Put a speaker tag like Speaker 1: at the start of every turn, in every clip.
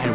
Speaker 1: And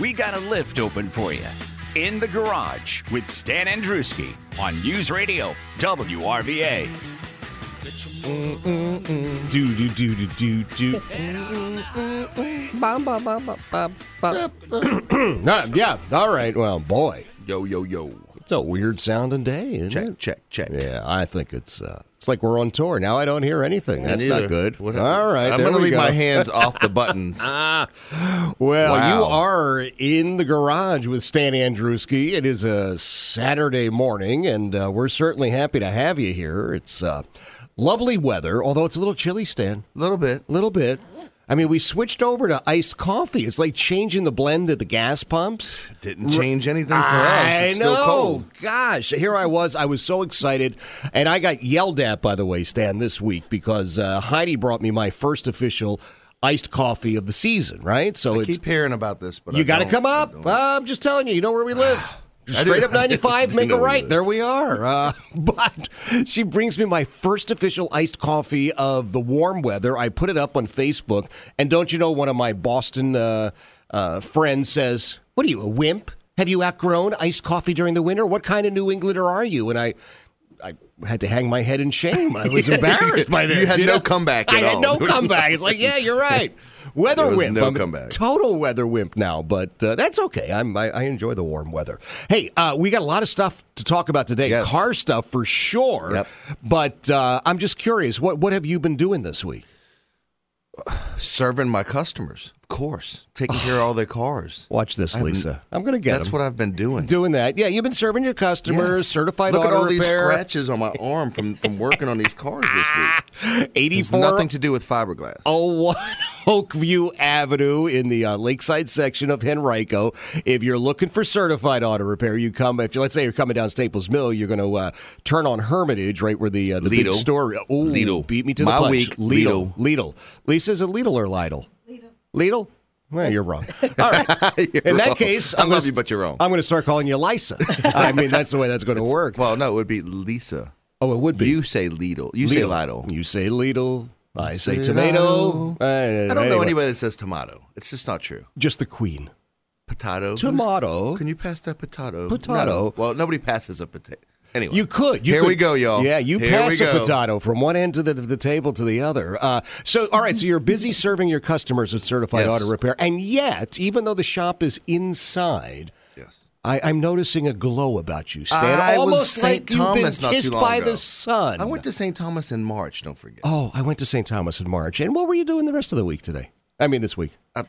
Speaker 2: We got a lift open for you. In the garage with Stan Andruski on News Radio WRVA.
Speaker 3: Mm, Do do do do do do.
Speaker 4: Bum, bum, bum, bum, bum, bum.
Speaker 3: Ah, yeah. All right. Well, boy,
Speaker 4: Yo, yo, yo.
Speaker 3: it's a weird sounding day. Isn't
Speaker 4: Check,
Speaker 3: it?
Speaker 4: check, check.
Speaker 3: Yeah, I think it's uh, it's like we're on tour now. I don't hear anything. That's
Speaker 4: Neither.
Speaker 3: not good.
Speaker 4: What happened?
Speaker 3: All right.
Speaker 4: I'm
Speaker 3: there
Speaker 4: gonna
Speaker 3: we
Speaker 4: leave
Speaker 3: go. Ah,
Speaker 4: my hands off the buttons.
Speaker 3: Well, you
Speaker 4: Wow.
Speaker 3: are in the garage with Stan Andruski. It is a Saturday morning, and uh, we're certainly happy to have you here. It's uh, lovely weather, although it's a little chilly, Stan.
Speaker 4: A little bit.
Speaker 3: A little bit. I mean, we switched over to iced coffee. It's like changing the blend at the gas pumps.
Speaker 4: Didn't change anything for us.
Speaker 3: I
Speaker 4: It's
Speaker 3: know.
Speaker 4: still cold.
Speaker 3: Gosh, here I was. I was so excited, and I got yelled at by the way, Stan, this week because uh, Heidi brought me my first official iced coffee of the season. Right, so
Speaker 4: I
Speaker 3: it's
Speaker 4: keep hearing about this, but
Speaker 3: you
Speaker 4: got
Speaker 3: got to come up. I'm just telling you, you know where we live.
Speaker 4: I do-
Speaker 3: Straight up
Speaker 4: I do-
Speaker 3: 95,
Speaker 4: do
Speaker 3: make
Speaker 4: know
Speaker 3: a
Speaker 4: where we
Speaker 3: right.
Speaker 4: live.
Speaker 3: There we are. Uh, but she brings me my first official iced coffee of the warm weather. I put it up on Facebook. And don't you know, one of my Boston uh, uh, friends says, What are you, a wimp? Have you outgrown iced coffee during the winter? What kind of New Englander are you? And I. I had to hang my head in shame. I was embarrassed by
Speaker 4: You
Speaker 3: this.
Speaker 4: had no comeback
Speaker 3: I
Speaker 4: at
Speaker 3: had
Speaker 4: all.
Speaker 3: no
Speaker 4: There was no-
Speaker 3: comeback. It's like, yeah, you're right. Weather
Speaker 4: There was
Speaker 3: wimp.
Speaker 4: no
Speaker 3: I'm a
Speaker 4: comeback.
Speaker 3: total weather wimp now, but uh, that's okay. I'm, I, I enjoy the warm weather. Hey, uh, we got a lot of stuff to talk about today.
Speaker 4: Yes.
Speaker 3: Car stuff for sure.
Speaker 4: Yep.
Speaker 3: But uh, I'm just curious, what what have you been doing this week?
Speaker 4: Serving my customers, of course. Taking care of all their cars.
Speaker 3: Watch this,
Speaker 4: haven't-
Speaker 3: Lisa. I'm going to get
Speaker 4: That's what I've been doing.
Speaker 3: doing that. Yeah, you've been serving your customers,
Speaker 4: Yes.
Speaker 3: certified
Speaker 4: Look
Speaker 3: auto
Speaker 4: at all these
Speaker 3: repair.
Speaker 4: scratches on my arm from, from working on these cars this week. It's
Speaker 3: 84
Speaker 4: nothing to do with fiberglass.
Speaker 3: 01 Oakview Avenue in the uh, Lakeside section of Henrico. If you're looking for certified auto repair, you come. If you, let's say you're coming down Staples Mill, you're going to uh, turn on Hermitage, right where the uh, the big
Speaker 4: Lidl.
Speaker 3: store. Ooh,
Speaker 4: Lidl.
Speaker 3: beat me to the
Speaker 4: My
Speaker 3: punch.
Speaker 4: week,
Speaker 3: Lidl. Lidl. Lisa, is it Lidl or Lidl? Lidl. Lidl. Well, you're wrong. All right.
Speaker 4: You're
Speaker 3: In that
Speaker 4: wrong.
Speaker 3: case,
Speaker 4: I
Speaker 3: I'm
Speaker 4: love
Speaker 3: gonna-
Speaker 4: you, but you're wrong.
Speaker 3: I'm going to start calling you Lisa. I mean, that's the way that's going to work.
Speaker 4: Well, no, it would be Lisa.
Speaker 3: Oh, it would be.
Speaker 4: You say Lidl. You say Lidl.
Speaker 3: You say Lidl. I say
Speaker 4: Lidl.
Speaker 3: tomato.
Speaker 4: I don't know anybody that says tomato. It's just not true.
Speaker 3: Just the queen.
Speaker 4: Potato.
Speaker 3: Tomato.
Speaker 4: Can you pass that potato?
Speaker 3: Potato.
Speaker 4: No. Well, nobody passes a potato. Anyway,
Speaker 3: You could. You
Speaker 4: Here
Speaker 3: could-
Speaker 4: we go, y'all.
Speaker 3: Yeah, you
Speaker 4: Here
Speaker 3: pass
Speaker 4: we
Speaker 3: a
Speaker 4: go.
Speaker 3: potato from one end to the, the table to the other. Uh, so, all right, so you're busy serving your customers at Certified
Speaker 4: Yes.
Speaker 3: Auto Repair, and yet, even though the shop is inside,
Speaker 4: Yes.
Speaker 3: I, I'm noticing a glow about you, Stan.
Speaker 4: I
Speaker 3: Almost
Speaker 4: was St.
Speaker 3: like
Speaker 4: Thomas
Speaker 3: you've
Speaker 4: not
Speaker 3: been
Speaker 4: too
Speaker 3: kissed
Speaker 4: long
Speaker 3: by
Speaker 4: ago.
Speaker 3: the sun.
Speaker 4: I went to St. Thomas in March. Don't forget.
Speaker 3: oh, I went to St. Thomas in March. And what were you doing the rest of the week today? I mean, this week. huh?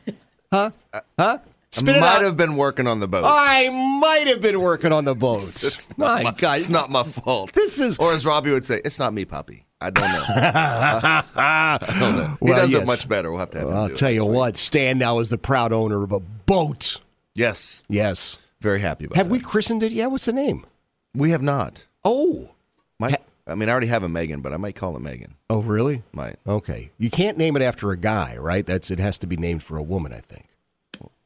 Speaker 3: huh? Spit
Speaker 4: I
Speaker 3: it
Speaker 4: Uh, might
Speaker 3: out.
Speaker 4: have been working on the boat.
Speaker 3: I might have been working on the boats.
Speaker 4: It's not
Speaker 3: my,
Speaker 4: my,
Speaker 3: God.
Speaker 4: It's not my fault.
Speaker 3: This is-
Speaker 4: or as Robbie would say, it's not me, Poppy. I don't know. I don't know.
Speaker 3: Well,
Speaker 4: he does
Speaker 3: yes.
Speaker 4: it much better. We'll have to have him
Speaker 3: I'll
Speaker 4: do it
Speaker 3: tell you
Speaker 4: next week.
Speaker 3: what, Stan now is the proud owner of a boat.
Speaker 4: Yes,
Speaker 3: Yes.
Speaker 4: very happy about.
Speaker 3: Have we
Speaker 4: that.
Speaker 3: christened it yet? What's the name?
Speaker 4: We have not.
Speaker 3: Oh.
Speaker 4: Might, I mean, I already have a Megan, but I might call it Megan.
Speaker 3: Oh, really?
Speaker 4: Might.
Speaker 3: Okay. You can't name it after a guy, right? That's it has to be named for a woman, I think.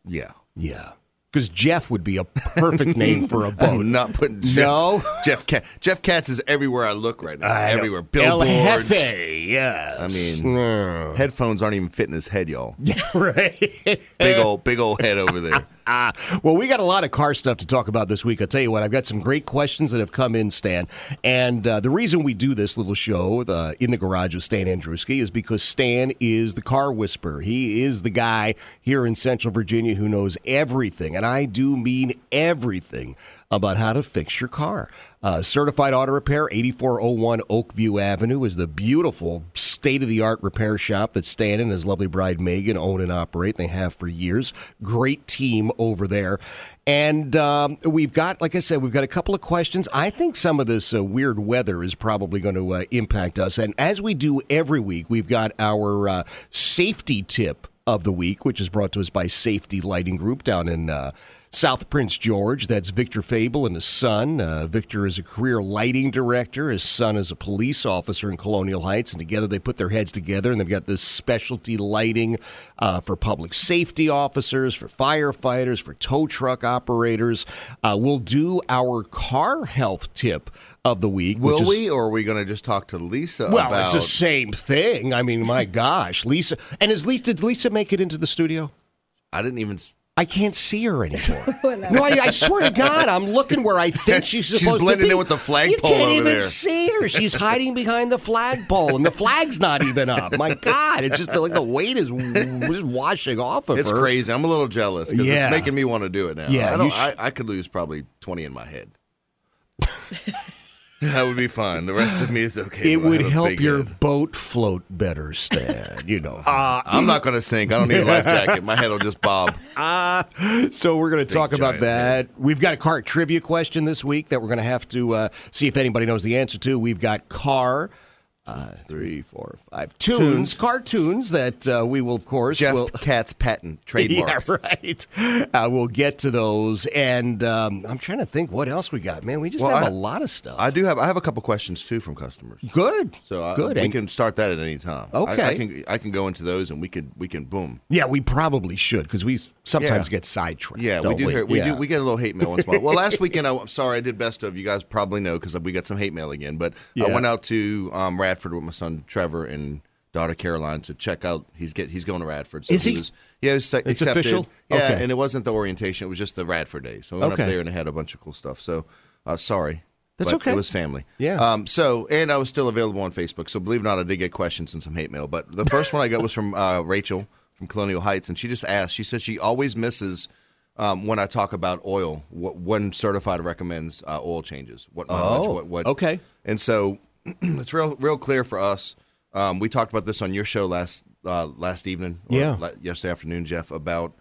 Speaker 4: Yeah.
Speaker 3: Yeah. Because Jeff would be a perfect name for a
Speaker 4: Oh,
Speaker 3: boat.
Speaker 4: not putting Jeff,
Speaker 3: No.
Speaker 4: Jeff Cat. Jeff Katz is everywhere I look right now.
Speaker 3: I don't-
Speaker 4: everywhere.
Speaker 3: El
Speaker 4: Billboards.
Speaker 3: Jefe, yes.
Speaker 4: I mean, headphones aren't even fitting his head, y'all.
Speaker 3: right.
Speaker 4: Big old, big old head over there.
Speaker 3: well, we got a lot of car stuff to talk about this week. I'll tell you what, I've got some great questions that have come in, Stan. And uh, the reason we do this little show uh, in the garage with Stan Andruski is because Stan is the car whisperer. He is the guy here in Central Virginia who knows everything, and I do mean everything about how to fix your car. Uh, certified Auto Repair, 8401 Oakview Avenue, is the beautiful state of the art repair shop that Stan and his lovely bride Megan own and operate. They have for years. Great team over there. And um, we've got, like I said, we've got a couple of questions. I think some of this uh, weird weather is probably going to uh, impact us. And as we do every week, we've got our uh, safety tip of the week, which is brought to us by Safety Lighting Group down in uh, South Prince George. That's Victor Fable and his son. Uh, Victor is a career lighting director. His son is a police officer in Colonial Heights, and together they put their heads together and they've got this specialty lighting uh, for public safety officers, for firefighters, for tow truck operators. Uh, we'll do our car health tip of the week. which
Speaker 4: Will
Speaker 3: is-
Speaker 4: we, or are we going to just talk to Lisa
Speaker 3: Well,
Speaker 4: about?
Speaker 3: it's the same thing. I mean, my gosh, Lisa. And is Lisa? Did Lisa make it into the studio?
Speaker 4: I didn't even. s-
Speaker 3: I can't see her anymore. no, I, I swear to God, I'm looking where I think she's
Speaker 4: She's
Speaker 3: supposed to be.
Speaker 4: blending in with the
Speaker 3: You
Speaker 4: flagpole
Speaker 3: can't
Speaker 4: over
Speaker 3: even
Speaker 4: there.
Speaker 3: see her. She's hiding behind the flagpole, and the flag's not even up. My God, it's just like the weight is just washing off of
Speaker 4: It's
Speaker 3: her.
Speaker 4: crazy. I'm a little jealous because
Speaker 3: Yeah.
Speaker 4: it's making me want to do it now.
Speaker 3: Yeah,
Speaker 4: I, don't,
Speaker 3: you sh-
Speaker 4: I, I could lose probably 20 in my head. that would be fun. The rest of me is okay.
Speaker 3: It
Speaker 4: but I
Speaker 3: would
Speaker 4: have a
Speaker 3: help
Speaker 4: big
Speaker 3: your
Speaker 4: head.
Speaker 3: boat float better, Stan. You know.
Speaker 4: I'm not going to sink. I don't need a life jacket. My head will just bob.
Speaker 3: So we're going to talk about
Speaker 4: giant
Speaker 3: that. We've got a car trivia question this week that we're going to have to uh, see if anybody knows the answer to. We've got car. Uh, three, four, five tunes,
Speaker 4: Tunes.
Speaker 3: cartoons that uh, we will, of course,
Speaker 4: Jeff
Speaker 3: will
Speaker 4: Katz patent trademark.
Speaker 3: Yeah, right. Uh, we'll get to those, and um, I'm trying to think what else we got. Man, we just
Speaker 4: Well,
Speaker 3: have
Speaker 4: I-
Speaker 3: a lot of stuff.
Speaker 4: I do have. I have a couple questions too from customers.
Speaker 3: good,
Speaker 4: So I,
Speaker 3: good.
Speaker 4: We
Speaker 3: and-
Speaker 4: can start that at any time. I- I,
Speaker 3: Okay.
Speaker 4: can. I can go into those, and we could. We can boom.
Speaker 3: yeah, we probably should because we sometimes
Speaker 4: Yeah.
Speaker 3: get sidetracked.
Speaker 4: Yeah, we
Speaker 3: don't
Speaker 4: do.
Speaker 3: We,
Speaker 4: Hear, we
Speaker 3: Yeah.
Speaker 4: do. We get a little hate mail once in a while. Well, last weekend, I, am sorry, I did best of. You guys probably know because we got some hate mail again. But I
Speaker 3: Yeah.
Speaker 4: went out to um, Radford with my son Trevor and daughter Caroline to check out. He's get he's going to Radford. So
Speaker 3: Is he?
Speaker 4: Was, yeah, it was sec-
Speaker 3: It's
Speaker 4: accepted.
Speaker 3: official?
Speaker 4: Yeah,
Speaker 3: Okay.
Speaker 4: and it wasn't the orientation. It was just the Radford day. So we went
Speaker 3: Okay.
Speaker 4: up there and had a bunch of cool stuff. So uh, sorry.
Speaker 3: That's
Speaker 4: but
Speaker 3: okay.
Speaker 4: It was family.
Speaker 3: Yeah.
Speaker 4: Um, so, and I was still available on Facebook. So, believe it or not, I did get questions and some hate mail. But the first one I got was from uh, Rachel from Colonial Heights, and she just asked. She said she always misses um, when I talk about oil. What when certified recommends uh, oil changes? What mileage?
Speaker 3: Oh,
Speaker 4: what, what?
Speaker 3: okay.
Speaker 4: And so, it's real real clear for us. Um, we talked about this on your show last uh, last evening. or
Speaker 3: Yeah.
Speaker 4: la- yesterday afternoon, Jeff, about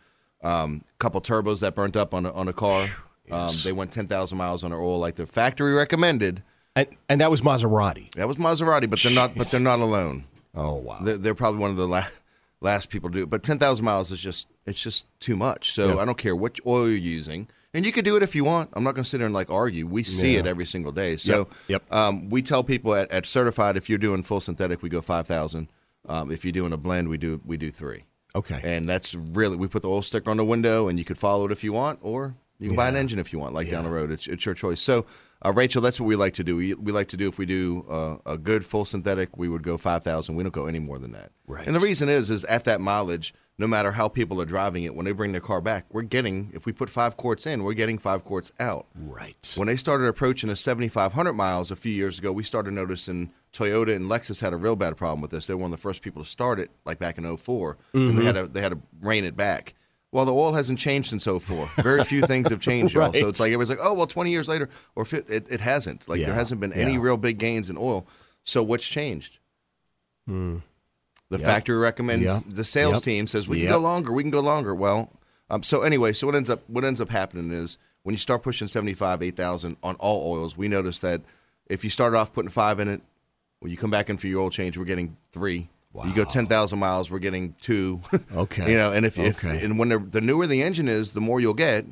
Speaker 4: um, a couple turbos that burnt up on a, on a car. Um, they went ten thousand miles on their oil, like the factory recommended.
Speaker 3: and, and that was Maserati.
Speaker 4: That was Maserati, but they're not. But they're not alone.
Speaker 3: Oh wow.
Speaker 4: They're, they're probably one of the last last people to do it. But ten thousand miles is just it's just too much. So I don't care what oil you're using, and you could do it if you want. I'm not going to sit there and like argue. We see it every single day. So
Speaker 3: Yep.
Speaker 4: Um, we tell people at, at certified if you're doing full synthetic, we go five thousand. Um, if you're doing a blend, we do we do three.
Speaker 3: Okay.
Speaker 4: And that's really we put the oil sticker on the window, and you could follow it if you want, or you can buy an engine if you want, like down the road. It's, it's your choice. So, uh, Rachel, that's what we like to do. We, we like to do if we do uh, a good full synthetic, we would go five thousand. We don't go any more than that.
Speaker 3: Right.
Speaker 4: And the reason is, is at that mileage, no matter how people are driving it, when they bring their car back, we're getting if we put five quarts in, we're getting five quarts out.
Speaker 3: right.
Speaker 4: When they started approaching the 7,500 miles a few years ago, we started noticing Toyota and Lexus had a real bad problem with this. They were one of the first people to start it, like back in 4 And
Speaker 3: Mm-hmm.
Speaker 4: they had, to, they had to rein it back. Well, the oil hasn't changed since 04. Very few things have changed, y'all. So it's like everybody's like, oh, well, 20 years later, or if it, it, it hasn't. Like there
Speaker 3: Yeah,
Speaker 4: hasn't been any
Speaker 3: yeah.
Speaker 4: real big gains in oil. So what's changed? The factory recommends
Speaker 3: Hmm. Yep.
Speaker 4: the sales
Speaker 3: Yep.
Speaker 4: team says we can
Speaker 3: Yep.
Speaker 4: go longer, we can go longer. Well, um, so anyway, so what ends up what ends up happening is when you start pushing seventy five, eight thousand on all oils, we notice that if you start off putting five in it, when you come back in for your oil change, we're getting three. You go ten thousand miles, we're getting two.
Speaker 3: Okay.
Speaker 4: you know, and if, if
Speaker 3: Okay.
Speaker 4: and when the, the newer the engine is, the more you'll get.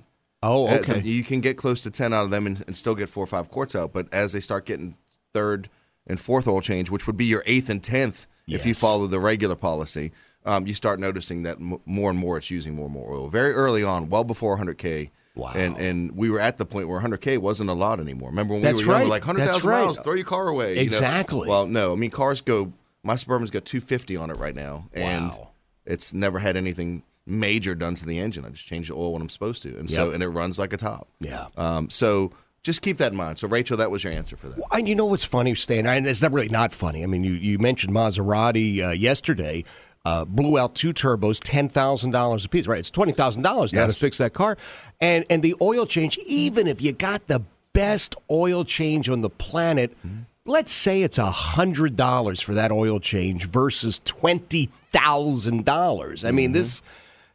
Speaker 3: Oh,
Speaker 4: Uh,
Speaker 3: okay.
Speaker 4: you can get close to 10 out of them and, and still get four or five quarts out. But as they start getting third and fourth oil change, which would be your eighth and 10th if you
Speaker 3: Yes.
Speaker 4: follow the regular policy, um, you start noticing that m- more and more it's using more and more oil. Very early on, well before 100K.
Speaker 3: Wow.
Speaker 4: And and we were at the point where 100K wasn't a lot anymore. Remember when we
Speaker 3: That's
Speaker 4: were young,
Speaker 3: right.
Speaker 4: we're like
Speaker 3: That's
Speaker 4: 100,000
Speaker 3: right.
Speaker 4: miles, throw your car away. you know?
Speaker 3: Exactly.
Speaker 4: Well, Oh, no, I mean, cars go, my Suburban's got 250 on it right now. And
Speaker 3: Wow.
Speaker 4: it's never had anything major done to the engine. I just change the oil when I'm supposed to, and
Speaker 3: Yep.
Speaker 4: so and it runs like a top.
Speaker 3: Yeah.
Speaker 4: Um, so just keep that in mind. So Rachel, that was your answer for that.
Speaker 3: Well, And you know what's funny, Stan? And it's not really not funny. I mean, you, you mentioned Maserati uh, yesterday. Uh, blew out two turbos, ten thousand dollars a piece. Right, it's twenty thousand dollars now to
Speaker 4: Yes.
Speaker 3: fix that car, and and the oil change. Even if you got the best oil change on the planet, let's say it's hundred dollars for that oil change versus twenty thousand dollars. I mean, this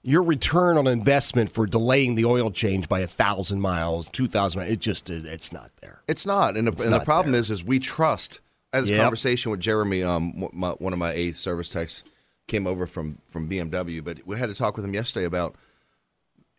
Speaker 3: your return on investment for delaying the oil change by a thousand miles, two thousand. It just it, it's not there.
Speaker 4: It's not, and the, and the
Speaker 3: not
Speaker 4: problem is, is we trust. I had this
Speaker 3: Yep.
Speaker 4: conversation with Jeremy, um, w- my, one of my A service techs, came over from from BMW, but we had to talk with him yesterday about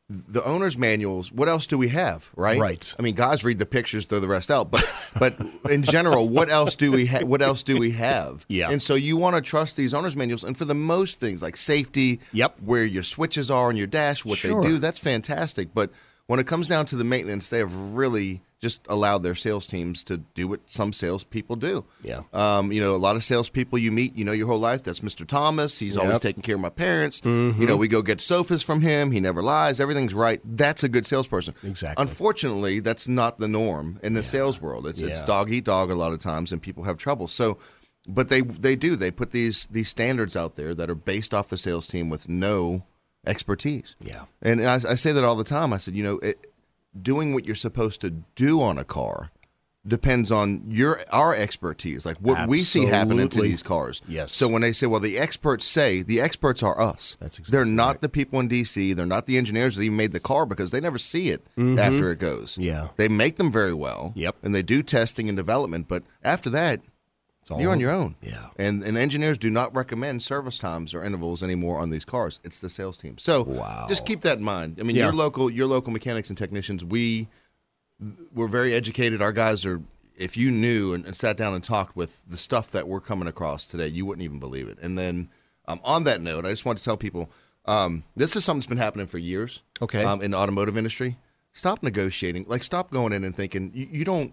Speaker 4: the owner's manuals. What else do we have, right?
Speaker 3: Right.
Speaker 4: I mean, guys read the pictures, throw the rest out, but but in general, what else do we ha- what else do we have?
Speaker 3: Yeah.
Speaker 4: And so you want to trust these owner's manuals, and for the most things like safety,
Speaker 3: Yep.
Speaker 4: where your switches are on your dash, what
Speaker 3: Sure.
Speaker 4: they do, that's fantastic. But when it comes down to the maintenance, they have really just allowed their sales teams to do what some salespeople do.
Speaker 3: Yeah.
Speaker 4: Um, you know, a lot of salespeople you meet, you know, your whole life. That's Mr. Thomas. He's always
Speaker 3: Yep. Mm-hmm.
Speaker 4: taking care of my parents. You know, we go get sofas from him. He never lies. Everything's right. That's a good salesperson.
Speaker 3: Exactly.
Speaker 4: Unfortunately, that's not the norm in the sales world. It's, it's
Speaker 3: Yeah.
Speaker 4: dog eat dog a lot of times, and people have trouble. So, but they they do. They put these these standards out there that are based off the sales team with no expertise.
Speaker 3: Yeah.
Speaker 4: And I, I say that all the time. I said, you know, it, doing what you're supposed to do on a car depends on your our expertise, like what we see happening to
Speaker 3: Absolutely.
Speaker 4: these cars.
Speaker 3: Yes.
Speaker 4: So when they say, well, the experts say, the experts are us.
Speaker 3: That's exactly
Speaker 4: They're not the people in DC. They're not the engineers that even made the car because they never see it after it goes.
Speaker 3: Mm-hmm. Yeah.
Speaker 4: They make them very well.
Speaker 3: Yep.
Speaker 4: And they do testing and development, but after that.
Speaker 3: all-
Speaker 4: You're on your own.
Speaker 3: Yeah.
Speaker 4: And and engineers do not recommend service times or intervals anymore on these cars. It's the sales team. So just keep that in mind. I mean,
Speaker 3: Yeah.
Speaker 4: your local your local mechanics and technicians, we we're very educated. Our guys are if you knew and, and sat down and talked with the stuff that we're coming across today, you wouldn't even believe it. And then um, on that note, I just want to tell people um, this is something that's been happening for years.
Speaker 3: Okay.
Speaker 4: Um, in the automotive industry, stop negotiating. Like stop going in and thinking you, you don't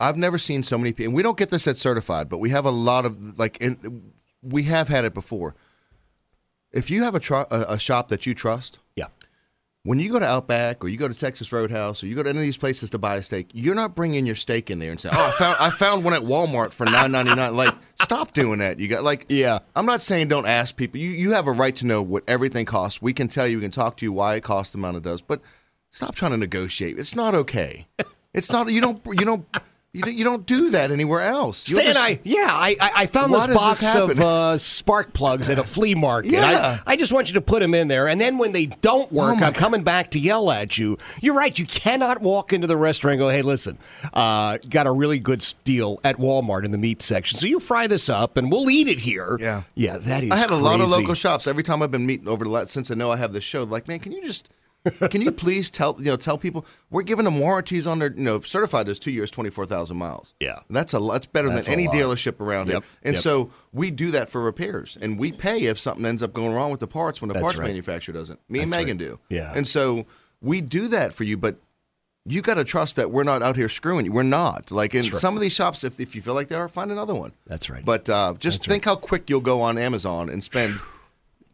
Speaker 4: I've never seen so many people, and we don't get this at certified, but we have a lot of like, and we have had it before. If you have a, tr- a a shop that you trust,
Speaker 3: Yeah.
Speaker 4: when you go to Outback or you go to Texas Roadhouse or you go to any of these places to buy a steak, you're not bringing your steak in there and saying, "Oh, I found I found one at Walmart for nine ninety nine. Like, stop doing that. You got like,
Speaker 3: Yeah.
Speaker 4: I'm not saying don't ask people. You you have a right to know what everything costs. We can tell you. We can talk to you why it costs the amount it does. But stop trying to negotiate. It's not okay. It's not. You don't. You don't. You don't, you don't do that anywhere else. You're
Speaker 3: Stan,
Speaker 4: just-
Speaker 3: I yeah, I I, I found
Speaker 4: Why
Speaker 3: this
Speaker 4: does
Speaker 3: box
Speaker 4: this
Speaker 3: of
Speaker 4: happen?
Speaker 3: uh, spark plugs at a flea market.
Speaker 4: Yeah. Oh
Speaker 3: I, I just want you to put them in there, and then when they don't work,
Speaker 4: my
Speaker 3: I'm coming back to yell at you. You're right. You cannot walk into the restaurant and go, "Hey, listen, uh, got a really good s- deal at Walmart in the meat section, so you fry this up and we'll eat it here."
Speaker 4: Yeah.
Speaker 3: yeah, that is.
Speaker 4: I had a lot of
Speaker 3: crazy.
Speaker 4: local shops. Every time I've been meeting over the last since I know I have this show, like, man, can you just can you please tell you know tell people we're giving them warranties on their you know certified is two years twenty four thousand miles.
Speaker 3: Yeah.
Speaker 4: that's a lot. That's better
Speaker 3: That's a
Speaker 4: than any
Speaker 3: lot.
Speaker 4: dealership around
Speaker 3: Yep,
Speaker 4: here. And
Speaker 3: yep.
Speaker 4: so we do that for repairs, and we pay if something ends up going wrong with the parts when the
Speaker 3: That's
Speaker 4: parts
Speaker 3: right.
Speaker 4: manufacturer doesn't. Me and
Speaker 3: That's right.
Speaker 4: Megan do.
Speaker 3: Yeah.
Speaker 4: and so we do that for you, but. You got to trust that we're not out here screwing you. We're not. Like in
Speaker 3: That's right.
Speaker 4: some of these shops, if, if you feel like they are, find another one.
Speaker 3: That's right.
Speaker 4: But uh, just think how quick you'll go on Amazon and spend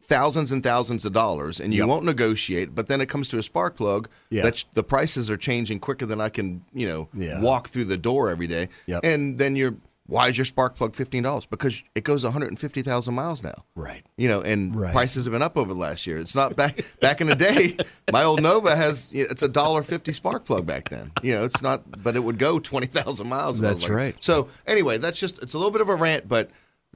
Speaker 4: thousands and thousands of dollars, and you
Speaker 3: Yep.
Speaker 4: won't negotiate. But then it comes to a spark plug.
Speaker 3: Yeah.
Speaker 4: That's the prices are changing quicker than I can, you know,
Speaker 3: Yeah.
Speaker 4: walk through the door every day.
Speaker 3: Yep.
Speaker 4: And then you're, why is your spark plug fifteen dollars? Because it goes one hundred and fifty thousand miles now.
Speaker 3: Right.
Speaker 4: You know, and
Speaker 3: Right.
Speaker 4: prices have been up over the last year. It's not back back in the day. My old Nova has it's a dollar fifty spark plug back then. You know, it's not, but it would go twenty thousand miles. if I was
Speaker 3: That's
Speaker 4: like-
Speaker 3: right.
Speaker 4: So anyway, that's just it's a little bit of a rant, but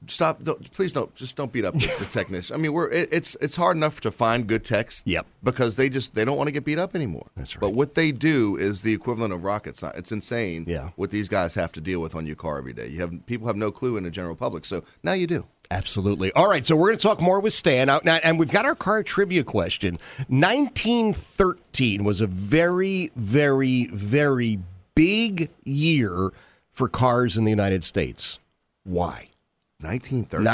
Speaker 4: stop. Don't, please don't just don't beat up the, the technician. I mean, we're it, it's it's hard enough to find good techs.
Speaker 3: Yep.
Speaker 4: Because they just they don't want to get beat up anymore. That's
Speaker 3: right.
Speaker 4: But what they do is the equivalent of rocket science. It's insane.
Speaker 3: Yeah.
Speaker 4: What these guys have to deal with on your car every day. You have people have no clue in the general public. So now you do.
Speaker 3: Absolutely. All right, so we're going to talk more with Stan out now, and we've got our car trivia question. 1913 was a very, very, very big year for cars in the United States. Why?
Speaker 4: 1913.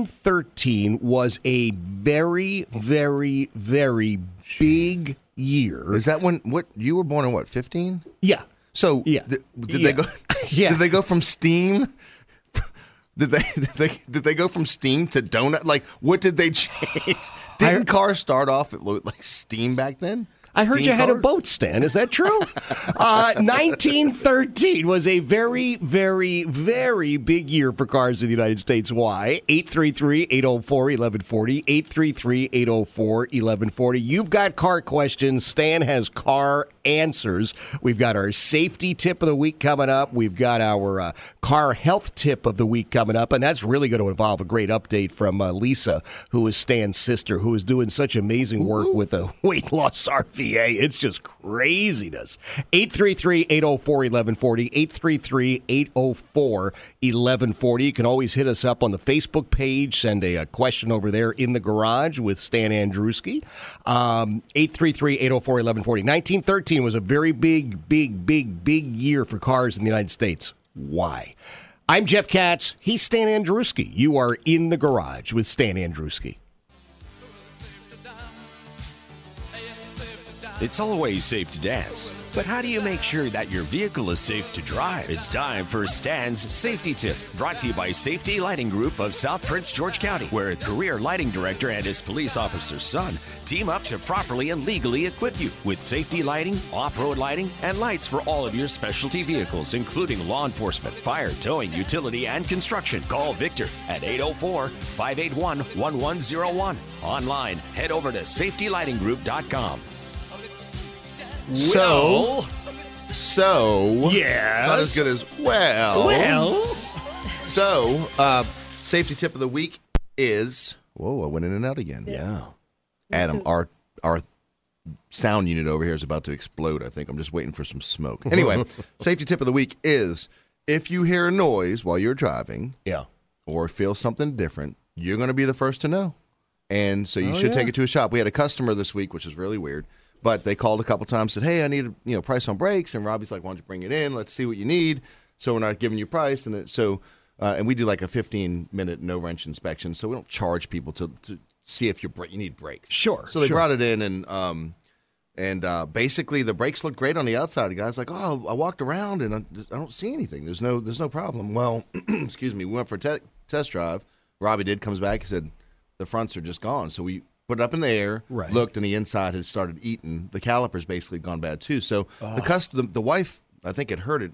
Speaker 3: 1913 was a very, very, very big year.
Speaker 4: Is that when what you were born in what 15?
Speaker 3: yeah.
Speaker 4: So
Speaker 3: Yeah.
Speaker 4: th- did they
Speaker 3: Yeah.
Speaker 4: go
Speaker 3: Yeah.
Speaker 4: Did they go from steam Did they, did they did they go from steam to donut? Like, what did they change? Didn't cars start off at lo- like steam back then?
Speaker 3: I heard
Speaker 4: Steam
Speaker 3: you had a
Speaker 4: cars?
Speaker 3: boat stand. Is that true? uh, 1913 was a very, very, very big year for cars in the United States. Why? 833 804 1140. 833 804 1140. You've got car questions. Stan has car answers. We've got our safety tip of the week coming up. We've got our uh, car health tip of the week coming up. And that's really going to involve a great update from uh, Lisa, who is Stan's sister, who is doing such amazing work with the weight loss RVA. It's just craziness. 833 804 1140. 833 804 1140. You can always hit us up on the Facebook page. Send a, uh, question over there in the garage with Stan Andruski. Um, 833 804 1140. 1913 was a very big, big, big, big year for cars in the United States. Why? I'm Jeff Katz. He's Stan Andruski. You are in the garage with Stan Andruski.
Speaker 2: It's always safe to dance, but how do you make sure that your vehicle is safe to drive? It's time for Stan's Safety Tip, brought to you by Safety Lighting Group of South Prince George County, where a career lighting director and his police officer's son team up to properly and legally equip you with safety lighting, off road lighting, and lights for all of your specialty vehicles, including law enforcement, fire, towing, utility, and construction. Call Victor at 804 581 1101. Online, head over to safetylightinggroup.com.
Speaker 4: So, so
Speaker 3: Yes.
Speaker 4: it's not as good as well. so uh, safety tip of the week is whoa, I went in and out again.
Speaker 3: Yeah.
Speaker 4: Adam, our our sound unit over here is about to explode. I think I'm just waiting for some smoke. Anyway, safety tip of the week is if you hear a noise while you're driving
Speaker 3: Yeah.
Speaker 4: or feel something different, you're going to be the first to know. And so you should take it to a shop. We had a customer this week, which is really weird, but they called a couple times said, "Hey, I need a, you know price on brakes." And Robbie's like, "Why don't you bring it in? Let's see what you need." So we're not giving you price, and then, so uh, and we do like a 15 minute no wrench inspection, so we don't charge people to, to see if you bra- you need brakes.
Speaker 3: Sure,
Speaker 4: So they
Speaker 3: sure.
Speaker 4: brought it in and. um and uh, basically, the brakes look great on the outside. The guy's like, "Oh, I walked around and I, I don't see anything. There's no, there's no problem." Well, excuse me. We went for a te- test drive. Robbie did comes back. He said, "The fronts are just gone." So we put it up in the air,
Speaker 3: Right.
Speaker 4: looked, and the inside had started eating. The calipers basically gone bad too. So
Speaker 3: Ah.
Speaker 4: the cust- the, the wife, I think, had heard it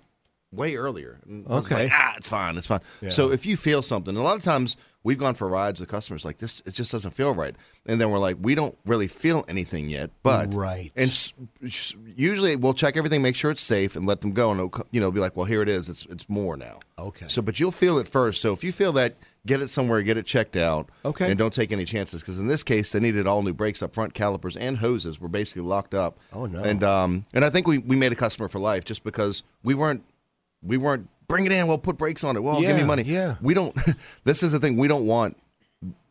Speaker 4: way earlier. And I was
Speaker 3: Okay.
Speaker 4: like, ah, it's fine, it's fine. So if you feel something, a lot of times we've gone for rides with customers like this, it just doesn't feel right, and then we're like, we don't really feel anything yet, but
Speaker 3: Right.
Speaker 4: And s- s- usually we'll check everything, make sure it's safe, and let them go, and it'll, co- you know, be like, well, here it is, it's it's more now.
Speaker 3: Okay.
Speaker 4: So, but you'll feel it first. So if you feel that. Get it somewhere, get it checked out,
Speaker 3: Okay.
Speaker 4: and don't take any chances. Because in this case, they needed all new brakes up front, calipers and hoses were basically locked up.
Speaker 3: Oh, no.
Speaker 4: And um, and I think we, we made a customer for life just because we weren't we weren't bring it in. We'll put brakes on it. Well, give me
Speaker 3: Yeah,
Speaker 4: money.
Speaker 3: yeah.
Speaker 4: We don't. This is the thing. We don't want.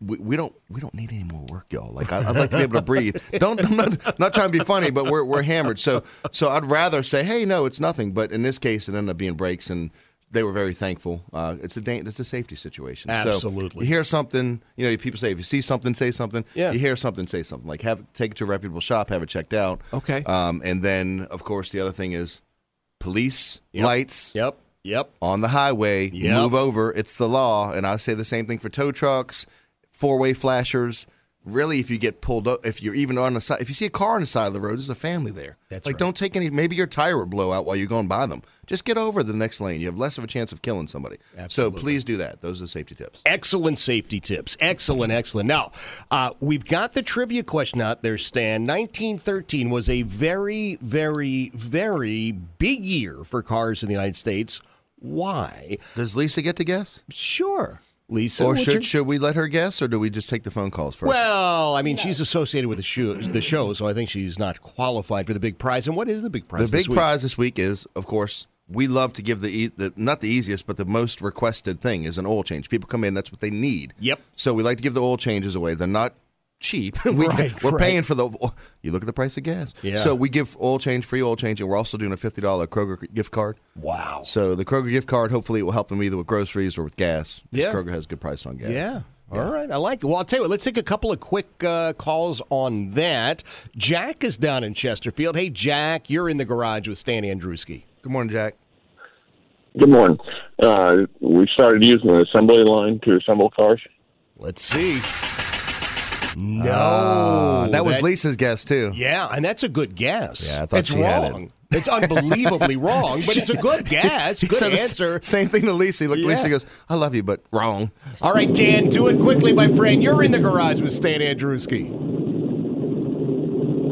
Speaker 4: We, we don't. We don't need any more work, y'all. Like I, I'd like to be able to breathe. Don't. I'm not, I'm not trying to be funny, but we're we're hammered. So so I'd rather say, hey, no, it's nothing. But in this case, it ended up being brakes, and they were very thankful. Uh, it's a dan- it's a safety situation. So
Speaker 3: Absolutely.
Speaker 4: you hear something, you know, people say if you see something, say something.
Speaker 3: Yeah.
Speaker 4: You hear something, say something. Like have take it to a reputable shop, have it checked out.
Speaker 3: Okay.
Speaker 4: Um, and then of course the other thing is police lights
Speaker 3: Yep. Yep.
Speaker 4: on the highway,
Speaker 3: Yep.
Speaker 4: move over. It's the law. And I say the same thing for tow trucks, four way flashers. Really, if you get pulled up, if you're even on the side, if you see a car on the side of the road, there's a family there.
Speaker 3: That's
Speaker 4: like,
Speaker 3: right.
Speaker 4: don't take any, maybe your tire will blow out while you're going by them. Just get over to the next lane. You have less of a chance of killing somebody. So please do that. Those are the safety tips.
Speaker 3: Excellent safety tips. Excellent, excellent. Now, uh, we've got the trivia question out there, Stan. 1913 was a very, very, very big year for cars in the United States. Why?
Speaker 4: Does Lisa get to guess?
Speaker 3: Sure. Lisa.
Speaker 4: Or
Speaker 3: what's your-
Speaker 4: should, should we let her guess, or do we just take the phone calls first?
Speaker 3: Well, I mean, she's associated with the show, the show, so I think she's not qualified for the big prize. And what is the big prize?
Speaker 4: The
Speaker 3: this
Speaker 4: big
Speaker 3: week?
Speaker 4: prize this week is, of course, we love to give the, e- the not the easiest, but the most requested thing is an oil change. People come in, that's what they need.
Speaker 3: Yep.
Speaker 4: So we like to give the oil changes away. They're not cheap. we,
Speaker 3: Right,
Speaker 4: we're
Speaker 3: right.
Speaker 4: paying for the. You look at the price of gas.
Speaker 3: Yeah.
Speaker 4: So we give oil change, free oil change, and we're also doing a fifty dollar Kroger gift card.
Speaker 3: Wow.
Speaker 4: So the Kroger gift card, hopefully, it will help them either with groceries or with gas. 'cause
Speaker 3: Yeah.
Speaker 4: Kroger has a good price on gas.
Speaker 3: Yeah. All right. I like it. Well, I'll tell you what, let's take a couple of quick uh, calls on that. Jack is down in Chesterfield. Hey, Jack, you're in the garage with Stan Andruski.
Speaker 4: Good morning, Jack.
Speaker 5: Good morning. Uh, we started using an assembly line to assemble cars.
Speaker 3: Let's see. No,
Speaker 4: Ah, that was Lisa's guess too.
Speaker 3: Yeah, and that's a good guess.
Speaker 4: Yeah, I thought
Speaker 3: it's
Speaker 4: she had it.
Speaker 3: wrong. It's unbelievably wrong, but it's a good guess.
Speaker 4: He
Speaker 3: Good
Speaker 4: said the s-
Speaker 3: answer.
Speaker 4: Same thing to Lisa. Look, Lisa
Speaker 3: Yeah.
Speaker 4: goes, "I love you, but wrong."
Speaker 3: All right, Dan, do it quickly, my friend. You're in the garage with Stan Andrewski.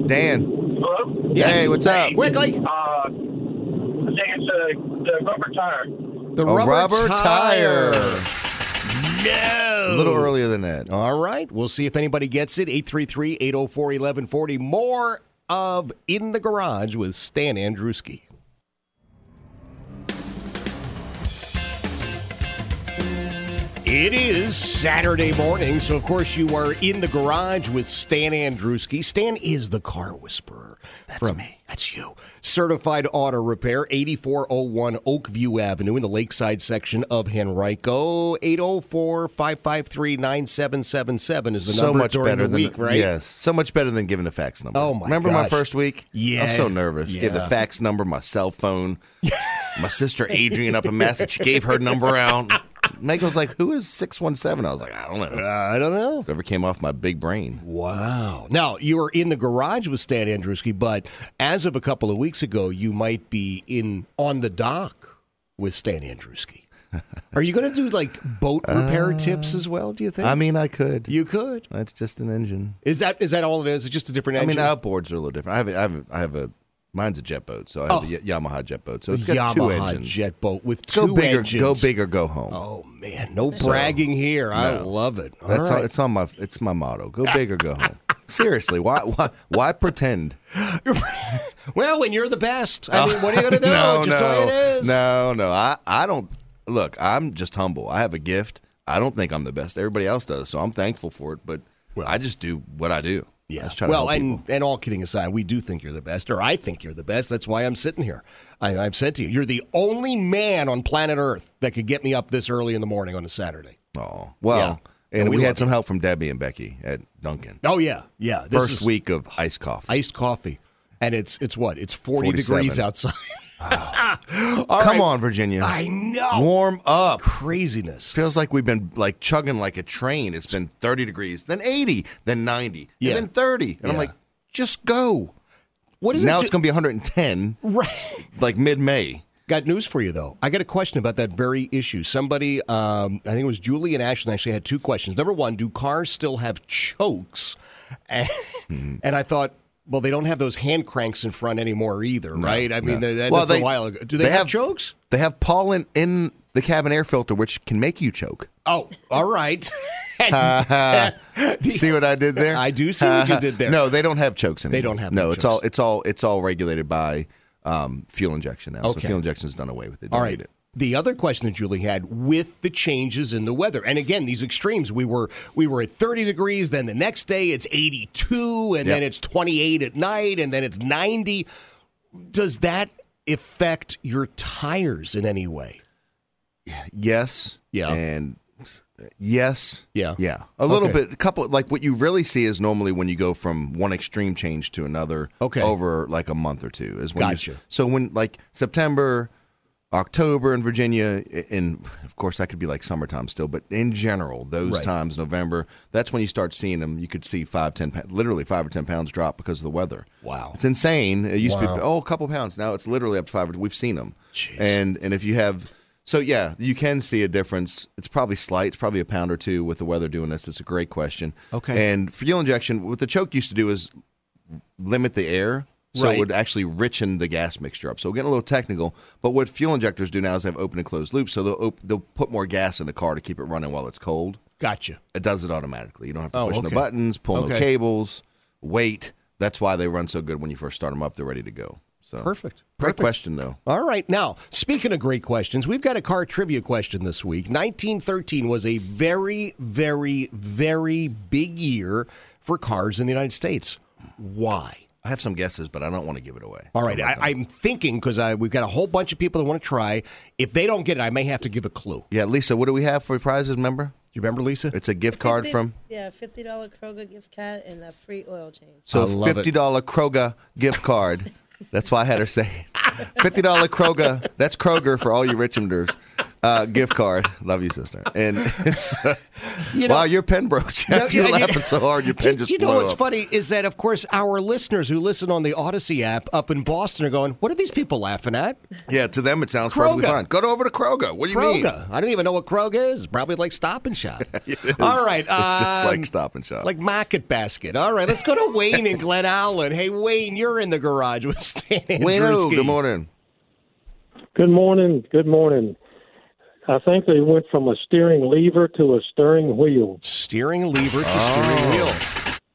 Speaker 4: Dan.
Speaker 6: Hello?
Speaker 3: Yes. Hey, what's up? Quickly.
Speaker 6: Uh, I think it's uh, the rubber tire.
Speaker 3: The
Speaker 4: A rubber tire.
Speaker 3: No.
Speaker 4: A little earlier than that.
Speaker 3: All right. We'll see if anybody gets it. 833 804 1140. More of In the Garage with Stan Andrewski. It is Saturday morning, so of course you are in the garage with Stan Andrewski. Stan is the car whisperer. That's me. That's you. Certified auto repair, 8401 Oakview Avenue in the Lakeside section of Henrico. 804 553 9777 is the
Speaker 4: so
Speaker 3: number
Speaker 4: much
Speaker 3: during
Speaker 4: better
Speaker 3: the week,
Speaker 4: than
Speaker 3: right?
Speaker 4: Yes, so much better than giving a fax number.
Speaker 3: Oh, my
Speaker 4: Remember my
Speaker 3: gosh.
Speaker 4: first week? I
Speaker 3: Yeah.
Speaker 4: was so nervous. Gave the
Speaker 3: Yeah.
Speaker 4: fax number, my cell phone. my sister Adrian up in Massachusetts gave her number out. Mike was like, "Who is 617? I was like, "I don't know.
Speaker 3: I don't know."
Speaker 4: Never came off my big brain.
Speaker 3: Wow. Now, you are in the garage with Stan Andrewski, but as of a couple of weeks ago, you might be in on the dock with Stan Andrewski. Are you going to do like boat repair tips as well, do you think?
Speaker 4: Uh, I mean, I could.
Speaker 3: You could.
Speaker 4: That's just an engine.
Speaker 3: Is that is that all it is? It's just a different
Speaker 4: I
Speaker 3: engine.
Speaker 4: mean, uh, outboards are a little different. I have, a, I have, a, I have a. Mine's a jet boat, so I have
Speaker 3: Oh.
Speaker 4: a Y- Yamaha jet boat. So
Speaker 3: A
Speaker 4: it's got two
Speaker 3: Yamaha
Speaker 4: engines.
Speaker 3: jet boat with
Speaker 4: Let's go
Speaker 3: two
Speaker 4: bigger, Go
Speaker 3: engines.
Speaker 4: big or go home.
Speaker 3: oh man, no bragging here. I
Speaker 4: No.
Speaker 3: love it. All
Speaker 4: That's on,
Speaker 3: right.
Speaker 4: it's on my it's my motto. Go big or go home. Seriously, why why why pretend?
Speaker 3: well, when you're the best, I mean, what are you going to do?
Speaker 4: no,
Speaker 3: just the way it
Speaker 4: no,
Speaker 3: is.
Speaker 4: no, no. I I don't look. I'm just humble. I have a gift. I don't think I'm the best. Everybody else does, so I'm thankful for it. But I just do what I do. I just try to
Speaker 3: Uh, well,
Speaker 4: help people.
Speaker 3: and and all kidding aside, we do think you're the best, or I think you're the best. That's why I'm sitting here. I, I've said to you, you're the only man on planet Earth that could get me up this early in the morning on a Saturday.
Speaker 4: Oh, well,
Speaker 3: Yeah.
Speaker 4: and
Speaker 3: We
Speaker 4: we,
Speaker 3: love
Speaker 4: had some help from Debbie and Becky at Duncan.
Speaker 3: Oh yeah, yeah. This
Speaker 4: First
Speaker 3: is
Speaker 4: week of iced coffee.
Speaker 3: iced coffee, and it's it's what it's 40 degrees
Speaker 4: 47.
Speaker 3: outside.
Speaker 4: Come on, Virginia.
Speaker 3: I know.
Speaker 4: Warm up.
Speaker 3: Craziness.
Speaker 4: Feels like we've been like chugging like a train. It's been 30 degrees, then 80, then 90,
Speaker 3: Yeah.
Speaker 4: and then 30. And I'm
Speaker 3: Yeah.
Speaker 4: like, just go.
Speaker 3: What is it
Speaker 4: now
Speaker 3: do-
Speaker 4: it's going to be 110,
Speaker 3: Right.
Speaker 4: like mid May.
Speaker 3: Got news for you though. I got a question about that very issue. Somebody, um, I think it was Julie and Ashland, actually had two questions. Number one, do cars still have chokes? And, and I thought, well, they don't have those hand cranks in front anymore either, right? I mean, that- that, that's a while ago. Do they, have, chokes?
Speaker 4: They have pollen in the cabin air filter, which can make you choke.
Speaker 3: Oh, all right. And
Speaker 4: See what I did there?
Speaker 3: I do see what you did there.
Speaker 4: No, they don't have chokes anymore.
Speaker 3: don't have
Speaker 4: No,
Speaker 3: no
Speaker 4: it's
Speaker 3: chokes.
Speaker 4: all it's all it's all regulated by um, fuel injection now.
Speaker 3: Okay.
Speaker 4: So fuel injection's done away with it. You
Speaker 3: All
Speaker 4: don't
Speaker 3: right.
Speaker 4: need it.
Speaker 3: The other question that Julie had with the changes in the weather, and again these extremes, we were we were at 30 degrees, then the next day it's 82, and then
Speaker 4: Yep.
Speaker 3: it's 28 at night, and then it's 90. Does that affect your tires in any way?
Speaker 4: Yes.
Speaker 3: Yeah.
Speaker 4: And yes.
Speaker 3: Yeah.
Speaker 4: Yeah. A little
Speaker 3: Okay.
Speaker 4: bit. A couple. Like what you really see is normally when you go from one extreme change to another.
Speaker 3: Okay.
Speaker 4: Over like a month or two is when. you-
Speaker 3: Gotcha.
Speaker 4: so when like September, October in Virginia, i- and of course that could be like summertime still, but in general those
Speaker 3: Right.
Speaker 4: times November, that's when you start seeing them. You could see five, ten, pa- literally five or ten pounds drop because of the weather.
Speaker 3: Wow.
Speaker 4: It's insane. It used to
Speaker 3: Wow.
Speaker 4: be oh a couple pounds. Now it's literally up to five. We've seen them. And and if you have so yeah, you can see a difference. It's probably slight. It's probably a pound or two with the weather doing this. It's a great question.
Speaker 3: Okay.
Speaker 4: And fuel injection, what the choke used to do is limit the air. So
Speaker 3: Right.
Speaker 4: it would actually richen the gas mixture up. So we're getting a little technical, but what fuel injectors do now is they have open and closed loops. So they'll op- they'll put more gas in the car to keep it running while it's cold.
Speaker 3: Gotcha.
Speaker 4: It does it automatically. You don't have to
Speaker 3: Oh,
Speaker 4: push
Speaker 3: okay.
Speaker 4: no buttons, pull no
Speaker 3: Okay.
Speaker 4: cables, wait. That's why they run so good when you first start them up. They're ready to go. So
Speaker 3: Perfect.
Speaker 4: Great
Speaker 3: Perfect.
Speaker 4: question though.
Speaker 3: All right. Now, speaking of great questions, we've got a car trivia question this week. 1913 was a very, very, very big year for cars in the United States. Why?
Speaker 4: I have some guesses, but I don't want to give it away.
Speaker 3: All right, I, I'm thinking because we've got a whole bunch of people that want to try. If they don't get it, I may have to give a clue.
Speaker 4: Yeah, Lisa, what do we have for prizes? Remember,
Speaker 3: You remember, Lisa?
Speaker 4: it's a gift card from
Speaker 7: Yeah, fifty dollar Kroger gift card and a free oil change.
Speaker 4: so
Speaker 3: I love it.
Speaker 4: fifty dollar Kroger gift card. That's why I had her say it. fifty dollar Kroger. That's Kroger for all you Richmonders. Uh, gift card. Love you, sister. And it's uh,
Speaker 3: You know-
Speaker 4: wow, your pen broke, Jeff.
Speaker 3: No,
Speaker 4: You're
Speaker 3: yeah, you-
Speaker 4: laughing so hard, your pen just
Speaker 3: you know
Speaker 4: blew
Speaker 3: what's
Speaker 4: up.
Speaker 3: funny is that, of course, our listeners who listen on the Odyssey app up in Boston are going, "What are these people laughing at?"
Speaker 4: Yeah, to them it sounds
Speaker 3: Kroger.
Speaker 4: perfectly fine. Go to over to Kroger. What do you mean?
Speaker 3: Kroger. I don't even know what Kroger is. Probably like Stop and Shop.
Speaker 4: It's-
Speaker 3: All right,
Speaker 4: it's just
Speaker 3: um,
Speaker 4: like Stop and Shop.
Speaker 3: Like Market Basket. All right, let's go to Wayne in Glen Allen. Hey, Wayne, you're in the garage with Stan. and
Speaker 4: Wayno,
Speaker 3: Brewski.
Speaker 4: oh, good morning.
Speaker 8: Good morning. Good morning. I think they went from a steering lever to a steering wheel.
Speaker 3: Steering lever to steering wheel.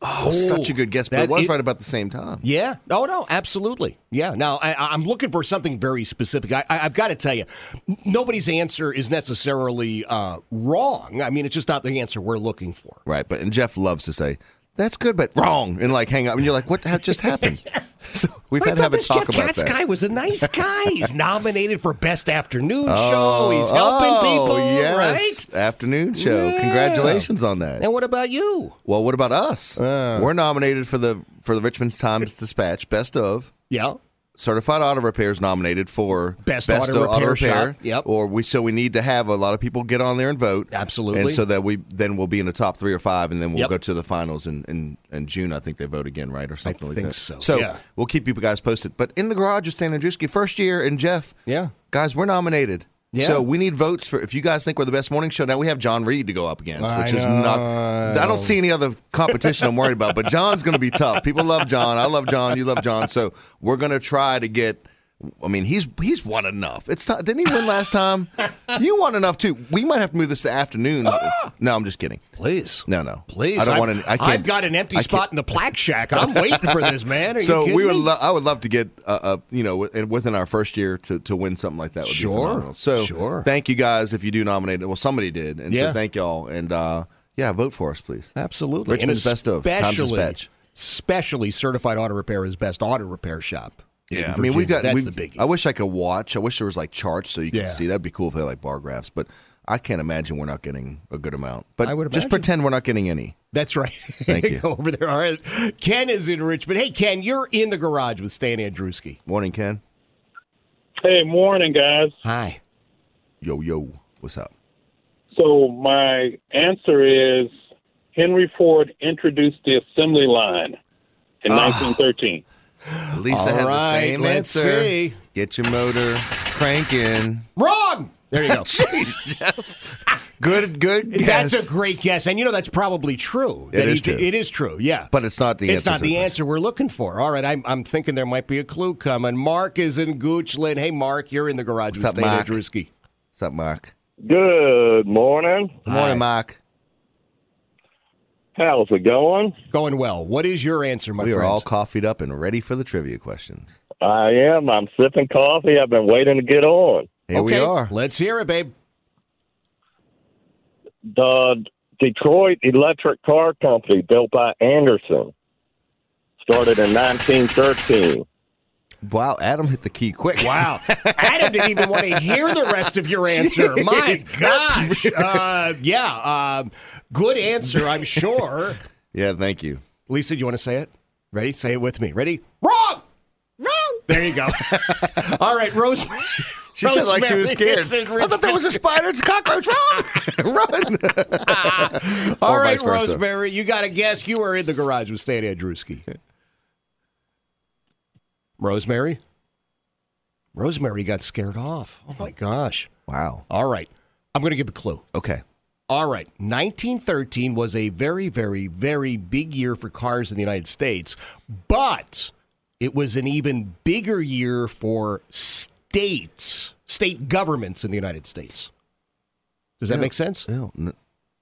Speaker 4: Oh, such a good guess, but
Speaker 3: that
Speaker 4: it was
Speaker 3: is-
Speaker 4: right about the same time.
Speaker 3: Yeah. Oh no, absolutely. Yeah. Now I, I- I'm looking for something very specific. I, I, I've got to tell you, n- nobody's answer is necessarily uh, wrong. I mean, it's just not the answer we're looking for.
Speaker 4: Right, but and Jeff loves to say that's good, but wrong, and like hang up, and you're like, what the heck just happened? so we've
Speaker 3: But I
Speaker 4: had to have
Speaker 3: thought
Speaker 4: a
Speaker 3: this
Speaker 4: talk
Speaker 3: Jeff
Speaker 4: about
Speaker 3: Katz
Speaker 4: that.
Speaker 3: guy was a nice guy. He's nominated for Best Afternoon
Speaker 4: Oh,
Speaker 3: Show. He's helping
Speaker 4: oh,
Speaker 3: people,
Speaker 4: yes. Afternoon show. Congratulations on
Speaker 3: right?
Speaker 4: that.
Speaker 3: And what about you?
Speaker 4: Well, what about us?
Speaker 3: Uh.
Speaker 4: We're nominated for the for the Richmond Times Dispatch Best of.
Speaker 3: Yeah.
Speaker 4: Certified Auto Repair is nominated for
Speaker 3: Best Auto
Speaker 4: of
Speaker 3: Repair Shop. Yep.
Speaker 4: Or we so we need to have a lot of people get on there and vote.
Speaker 3: Absolutely.
Speaker 4: And so that we then we'll be in the top three or five, and then we'll
Speaker 3: Yep.
Speaker 4: go to the finals in, in, in June. I think they vote again, right, or something like
Speaker 3: think
Speaker 4: that.
Speaker 3: so,
Speaker 4: So
Speaker 3: yeah.
Speaker 4: we'll keep you guys posted. But in the garage with Stan Andruski, first year, and Jeff.
Speaker 3: Yeah.
Speaker 4: Guys, we're nominated.
Speaker 3: Yeah.
Speaker 4: So we need votes for if you guys think we're the best morning show. Now we have John Reed to go up against,
Speaker 3: I
Speaker 4: which is not. I
Speaker 3: know.
Speaker 4: don't see any other competition I'm worried about, but John's going to be tough. People love John. I love John. You love John. So we're going to try to get. I mean, he's he's won enough. It's not, didn't he win last time? You won enough too. We might have to move this to afternoon. No, I'm just kidding.
Speaker 3: Please,
Speaker 4: no, no,
Speaker 3: Ah! Please,
Speaker 4: I don't
Speaker 3: I've-
Speaker 4: want to. I can't.
Speaker 3: I've got an empty
Speaker 4: I can't-
Speaker 3: spot in the plaque shack. I'm waiting for this, man. Are you
Speaker 4: so
Speaker 3: kidding
Speaker 4: we would.
Speaker 3: me?
Speaker 4: Lo- I would love to get uh, uh, you know, wi- and within our first year to, to win something like that. Would
Speaker 3: Sure,
Speaker 4: Be phenomenal. So
Speaker 3: sure.
Speaker 4: Thank you guys if you do nominate it. Well, somebody did, and
Speaker 3: Yeah.
Speaker 4: so thank y'all. And uh, yeah, vote for us, please.
Speaker 3: Absolutely.
Speaker 4: Richmond's best of Times
Speaker 3: especially-
Speaker 4: Dispatch.
Speaker 3: Especially certified auto repair is best auto repair shop. in
Speaker 4: Yeah, I mean we've
Speaker 3: Virginia.
Speaker 4: got.
Speaker 3: that's
Speaker 4: we've,
Speaker 3: the biggie.
Speaker 4: I wish I could watch. I wish there was like charts so you could
Speaker 3: Yeah.
Speaker 4: see. That'd be cool if they had like bar graphs, but I can't imagine we're not getting a good amount. But
Speaker 3: I would
Speaker 4: just
Speaker 3: imagine.
Speaker 4: pretend we're not getting any.
Speaker 3: That's right.
Speaker 4: Thank you.
Speaker 3: Go over there. All right. Ken is in Richmond. Hey, Ken, you're in the garage with Stan Andruski.
Speaker 4: Morning, Ken.
Speaker 8: Hey, morning, guys.
Speaker 3: Hi.
Speaker 4: Yo, yo, what's up?
Speaker 8: So my answer is Henry Ford introduced the assembly line in 1913.
Speaker 4: At least
Speaker 3: All
Speaker 4: I had the
Speaker 3: right,
Speaker 4: same
Speaker 3: let's
Speaker 4: answer.
Speaker 3: see.
Speaker 4: Get your motor cranking.
Speaker 3: Wrong. There you go.
Speaker 4: Good, good guess.
Speaker 3: That's a great guess. And you know, that's probably true.
Speaker 4: It
Speaker 3: That
Speaker 4: is
Speaker 3: he did-
Speaker 4: true.
Speaker 3: It is true. Yeah.
Speaker 4: But it's not the
Speaker 3: it's
Speaker 4: answer.
Speaker 3: not
Speaker 4: to
Speaker 3: the
Speaker 4: question.
Speaker 3: answer we're looking for. All right, I'm, I'm thinking there might be a clue coming. Mark is in Goochland. Hey, Mark, you're in the garage
Speaker 4: What's up,
Speaker 3: with Stan
Speaker 4: Mark?
Speaker 3: Andruski.
Speaker 4: What's up, Mark?
Speaker 6: Good morning.
Speaker 4: Good morning, Mark.
Speaker 6: How's it going?
Speaker 3: Going well. What is your answer, my
Speaker 4: We
Speaker 3: friend?
Speaker 4: are all coffeed up and ready for the trivia questions.
Speaker 6: I am. I'm sipping coffee. I've been waiting to get on.
Speaker 4: Here we
Speaker 3: Okay,
Speaker 4: are.
Speaker 3: Let's hear it, babe.
Speaker 6: The Detroit Electric Car Company, built by Anderson, started in 1913.
Speaker 4: Wow, Adam hit the key quick.
Speaker 3: Wow. Adam didn't even want to hear the rest of your answer. My gosh. Uh, yeah. Um, good answer, I'm sure.
Speaker 4: yeah, thank you.
Speaker 3: Lisa, do you want to say it? Ready? Say it with me. Ready? Wrong. Wrong. There you go. All right, Rosemary.
Speaker 4: She said like she was
Speaker 3: Rosemary
Speaker 4: scared.
Speaker 3: is in
Speaker 4: I thought that was a spider. It's a cockroach. Run! Run!
Speaker 3: All
Speaker 4: Or
Speaker 3: right,
Speaker 4: vice versa.
Speaker 3: Rosemary, you got to guess. You were in the garage with Stan Andruski. Rosemary? Rosemary got scared off. Oh, my gosh.
Speaker 4: Wow.
Speaker 3: All right. I'm going to give a clue.
Speaker 4: Okay.
Speaker 3: All right. 1913 was a very, very, very big year for cars in the United States, but it was an even bigger year for states, state governments in the United States. Does that
Speaker 4: Yeah.
Speaker 3: make sense?
Speaker 4: Ew, n-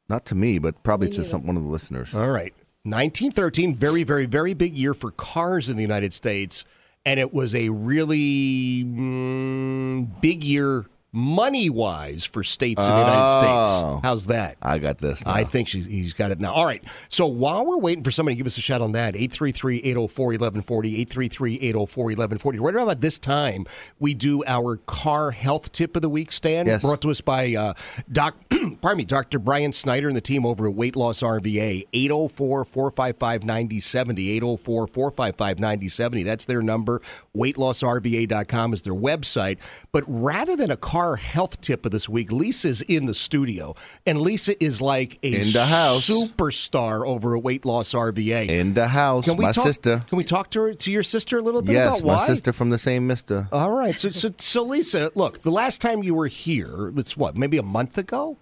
Speaker 4: not to me, but probably
Speaker 8: Me
Speaker 4: to
Speaker 8: neither.
Speaker 4: some one of the listeners.
Speaker 3: All right. 1913, very, very, very big year for cars in the United States. And it was a really mm, big year money wise for states in the
Speaker 4: Oh.
Speaker 3: United States. How's that?
Speaker 4: I got this.
Speaker 3: I think she's, he's got it now. All right. So while we're waiting for somebody to give us a shot on that, 833-804-1140, 833-804-1140. Right around about this time, we do our car health tip of the week, Stan.
Speaker 4: Yes.
Speaker 3: Brought to us by uh, Doc, pardon me, Dr. Brian Snyder and the team over at Weight Loss RVA. 804-455-9070, 804-455-9070. That's their number. WeightLossRVA.com is their website. But rather than a car health tip of this week, Lisa's in the studio. And Lisa is like a
Speaker 4: In the house.
Speaker 3: superstar over at Weight Loss RVA.
Speaker 4: In the house,
Speaker 3: Can we
Speaker 4: my
Speaker 3: talk-
Speaker 4: sister.
Speaker 3: Can we talk to her, to your sister a little bit
Speaker 4: Yes,
Speaker 3: about why?
Speaker 4: my sister from the same mister.
Speaker 3: All right. So, so, so, Lisa, look, the last time you were here, it's what, maybe a month ago?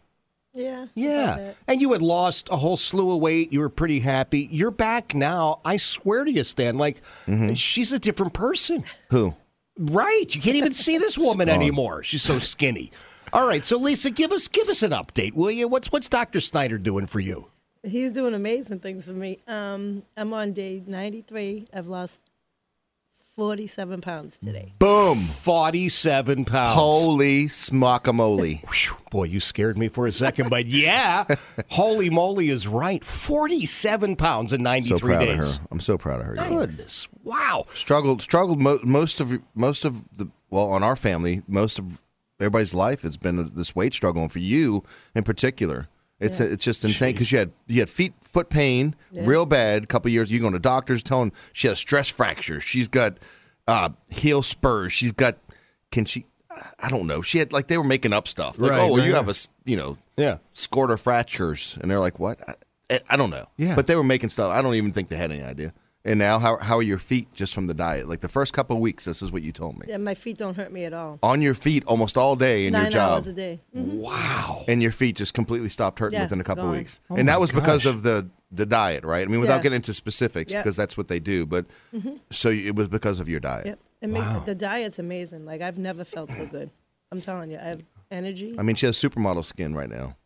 Speaker 7: Yeah. about
Speaker 3: Yeah.
Speaker 7: it.
Speaker 3: And you had lost a whole slew of weight. You were pretty happy. You're back now. I swear to you, Stan, like, she's a different person.
Speaker 4: Who?
Speaker 3: Right. You can't even see this woman
Speaker 4: gone.
Speaker 3: anymore. She's so skinny. All right. So, Lisa, give us give us an update, will you? What's what's Dr. Snyder doing for you?
Speaker 7: He's doing amazing things for me. Um, I'm on day 93. I've lost 47 pounds today.
Speaker 4: Boom.
Speaker 3: 47 pounds.
Speaker 4: Holy smokamoli.
Speaker 3: Boy, you scared me for a second, but yeah, holy moly is right. 47 pounds in 93
Speaker 4: So proud of
Speaker 3: days.
Speaker 4: her. I'm so proud of her. girl.
Speaker 3: Goodness. Wow.
Speaker 4: Struggled, struggled mo- most of most of the well on our family, most of everybody's life has been this weight struggle, and for you in particular, it's it's just insane because you had you had feet foot pain real bad. A couple years, you going to doctors telling she has stress fractures, she's got uh, heel spurs, she's got can she? I don't know. She had like they were making up stuff. Like,
Speaker 3: Right,
Speaker 4: oh, well,
Speaker 3: right,
Speaker 4: you
Speaker 3: right.
Speaker 4: have a s- you know
Speaker 3: yeah
Speaker 4: scorta fractures, and they're like what? I, I don't know.
Speaker 3: Yeah.
Speaker 4: But they were making stuff. I don't even think they had any idea. And now, how how are your feet just from the diet? Like the first couple of weeks, this is what you told me.
Speaker 7: And my feet don't hurt me at all.
Speaker 4: On your feet almost all day in
Speaker 7: Nine
Speaker 4: your job,
Speaker 7: hours a day.
Speaker 3: Wow.
Speaker 4: and your feet just completely stopped hurting
Speaker 7: Yeah,
Speaker 4: within a couple
Speaker 7: gone.
Speaker 4: weeks.
Speaker 7: Oh
Speaker 4: and
Speaker 7: my
Speaker 4: that was because
Speaker 7: gosh.
Speaker 4: of the the diet, right? I mean, without
Speaker 7: Yeah.
Speaker 4: getting into specifics,
Speaker 7: Yep.
Speaker 4: because that's what they do. But
Speaker 7: Mhm.
Speaker 4: so it was because of your diet.
Speaker 7: Yep. It makes, The diet's amazing. Like, I've never felt so good. I'm telling you, I have energy.
Speaker 4: I mean, she has supermodel skin right now.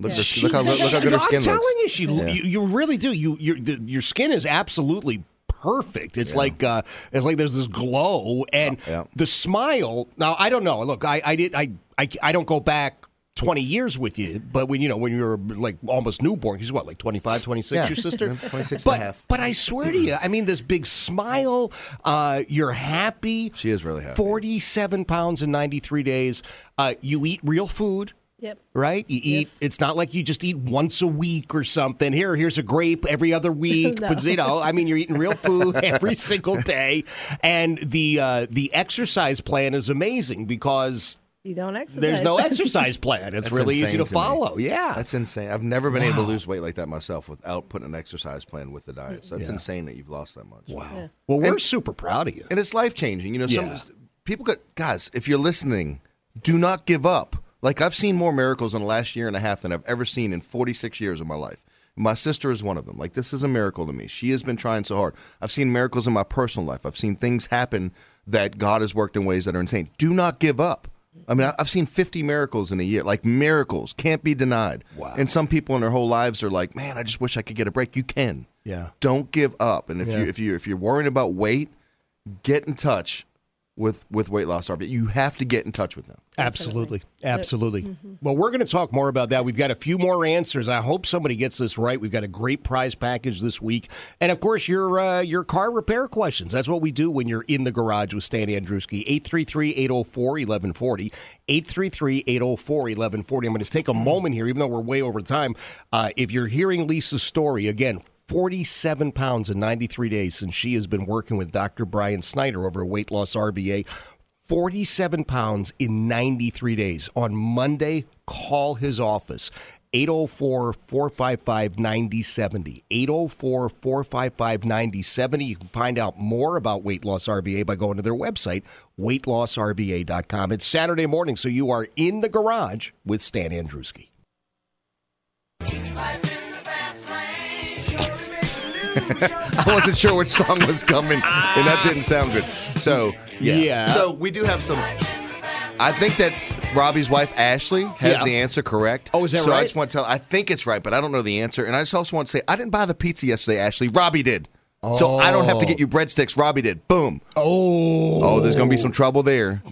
Speaker 4: Look, at
Speaker 7: Yeah.
Speaker 4: her, look, how, look how good
Speaker 3: No,
Speaker 4: her skin looks.
Speaker 3: I'm telling you, she,
Speaker 4: Yeah.
Speaker 3: you, you really do. You, your, the, your skin is absolutely perfect. It's like, uh, it's like there's this glow and the smile. Now, I don't know. Look, I, I did, I, I, I don't go back. 20 years with you, but when you know when you're like almost newborn, she's what like 25, 26,
Speaker 4: Yeah.
Speaker 3: your sister?
Speaker 4: Yeah, 26
Speaker 3: but,
Speaker 4: and a half.
Speaker 3: But I swear to you, I mean this big smile, uh, you're happy.
Speaker 4: She is really happy.
Speaker 3: 47 pounds in 93 days. Uh, you eat real food
Speaker 7: Yep.
Speaker 3: right? You eat. It's not like you just eat once a week or something. Here, here's a grape every other week.
Speaker 7: No.
Speaker 3: But you know, I mean, you're eating real food every single day, and the uh, the exercise plan is amazing because
Speaker 7: You don't exercise.
Speaker 3: there's no exercise plan. It's
Speaker 4: That's
Speaker 3: really easy
Speaker 4: insane
Speaker 3: to,
Speaker 4: to me.
Speaker 3: follow. Yeah,
Speaker 4: That's insane. I've never been able to lose weight like that myself without putting an exercise plan with the diet. So that's
Speaker 3: Yeah.
Speaker 4: insane that you've lost that much. Wow.
Speaker 3: Yeah. Well, we're super proud of you.
Speaker 4: And it's life changing. You know, some
Speaker 3: Yeah.
Speaker 4: people got guys, if you're listening, do not give up. Like I've seen more miracles in the last year and a half than I've ever seen in 46 years of my life. My sister is one of them. Like this is a miracle to me. She has been trying so hard. I've seen miracles in my personal life. I've seen things happen that God has worked in ways that are insane. Do not give up. I mean, I- I've seen 50 miracles in a year. Like miracles can't be denied. Wow. And some people in their whole lives are like, "Man, I just wish I could get a break." You can.
Speaker 3: Yeah.
Speaker 4: Don't give up. And if
Speaker 3: Yeah.
Speaker 4: you if you if you're worrying about weight, get in touch with with weight loss RV. You have to get in touch with them.
Speaker 3: Absolutely. Absolutely. Well, we're going to talk more about that. We've got a few more answers. I hope somebody gets this right. We've got a great prize package this week. And of course, your uh, your car repair questions. That's what we do when you're in the garage with Stan Andruski. 833-804-1140. 833-804-1140. I'm going to take a moment here, even though we're way over time. Uh, if you're hearing Lisa's story, again, 47 pounds in 93 days since she has been working with Dr. Brian Snyder over at Weight Loss RBA. 47 pounds in 93 days. On Monday, call his office. 804 455 9070. 804 455 9070. You can find out more about Weight Loss RBA by going to their website, weightlossrba.com. It's Saturday morning, so you are in the garage with Stan Andruski.
Speaker 4: I wasn't sure which song was coming, and that didn't sound good. So yeah.
Speaker 3: Yeah.
Speaker 4: So we do have some. I think that Robbie's wife Ashley has
Speaker 3: Yeah.
Speaker 4: the answer correct.
Speaker 3: Oh, is that
Speaker 4: so So I
Speaker 3: right?
Speaker 4: just want to tell. I think it's right, but I don't know the answer. And I just also want to say I didn't buy the pizza yesterday. Ashley, Robbie did. So I don't have to
Speaker 3: Oh.
Speaker 4: get you breadsticks. Robbie did. Boom.
Speaker 3: Oh.
Speaker 4: Oh, there's gonna be some trouble there.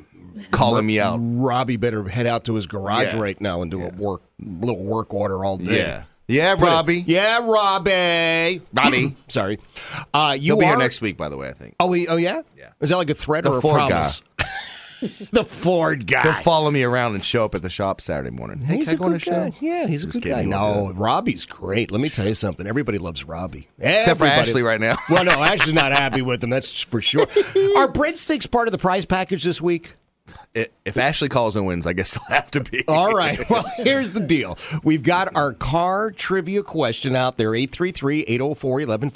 Speaker 4: calling me out.
Speaker 3: Robbie better head out to his garage
Speaker 4: Yeah.
Speaker 3: right now and do a work little work order all day.
Speaker 4: Yeah. Yeah,
Speaker 3: Put it-
Speaker 4: Robbie.
Speaker 3: Yeah, Robbie.
Speaker 4: Robbie.
Speaker 3: Sorry. Uh, you
Speaker 4: He'll be
Speaker 3: are-
Speaker 4: here next week, by the way. I think.
Speaker 3: Oh, he, oh yeah. Yeah. Is that like a threat
Speaker 4: The
Speaker 3: or a
Speaker 4: Ford
Speaker 3: promise? the Ford guy.
Speaker 4: He'll follow me around and show up at the shop Saturday morning. Hey,
Speaker 3: He's
Speaker 4: can I
Speaker 3: a
Speaker 4: go on
Speaker 3: good
Speaker 4: show?
Speaker 3: guy. Yeah, he's a
Speaker 4: Just
Speaker 3: good guy.
Speaker 4: kidding, we'll
Speaker 3: No, Robbie's great. Let me tell you something. Everybody loves Robbie.
Speaker 4: Except for
Speaker 3: Everybody-
Speaker 4: Ashley right now.
Speaker 3: well, no, Ashley's not happy with him. That's for sure. Are breadsticks part of the prize package this week?
Speaker 4: I- If Ashley calls and wins, I guess I'll have to be.
Speaker 3: All right. Well, here's the deal. We've got our car trivia question out there 833-804-1140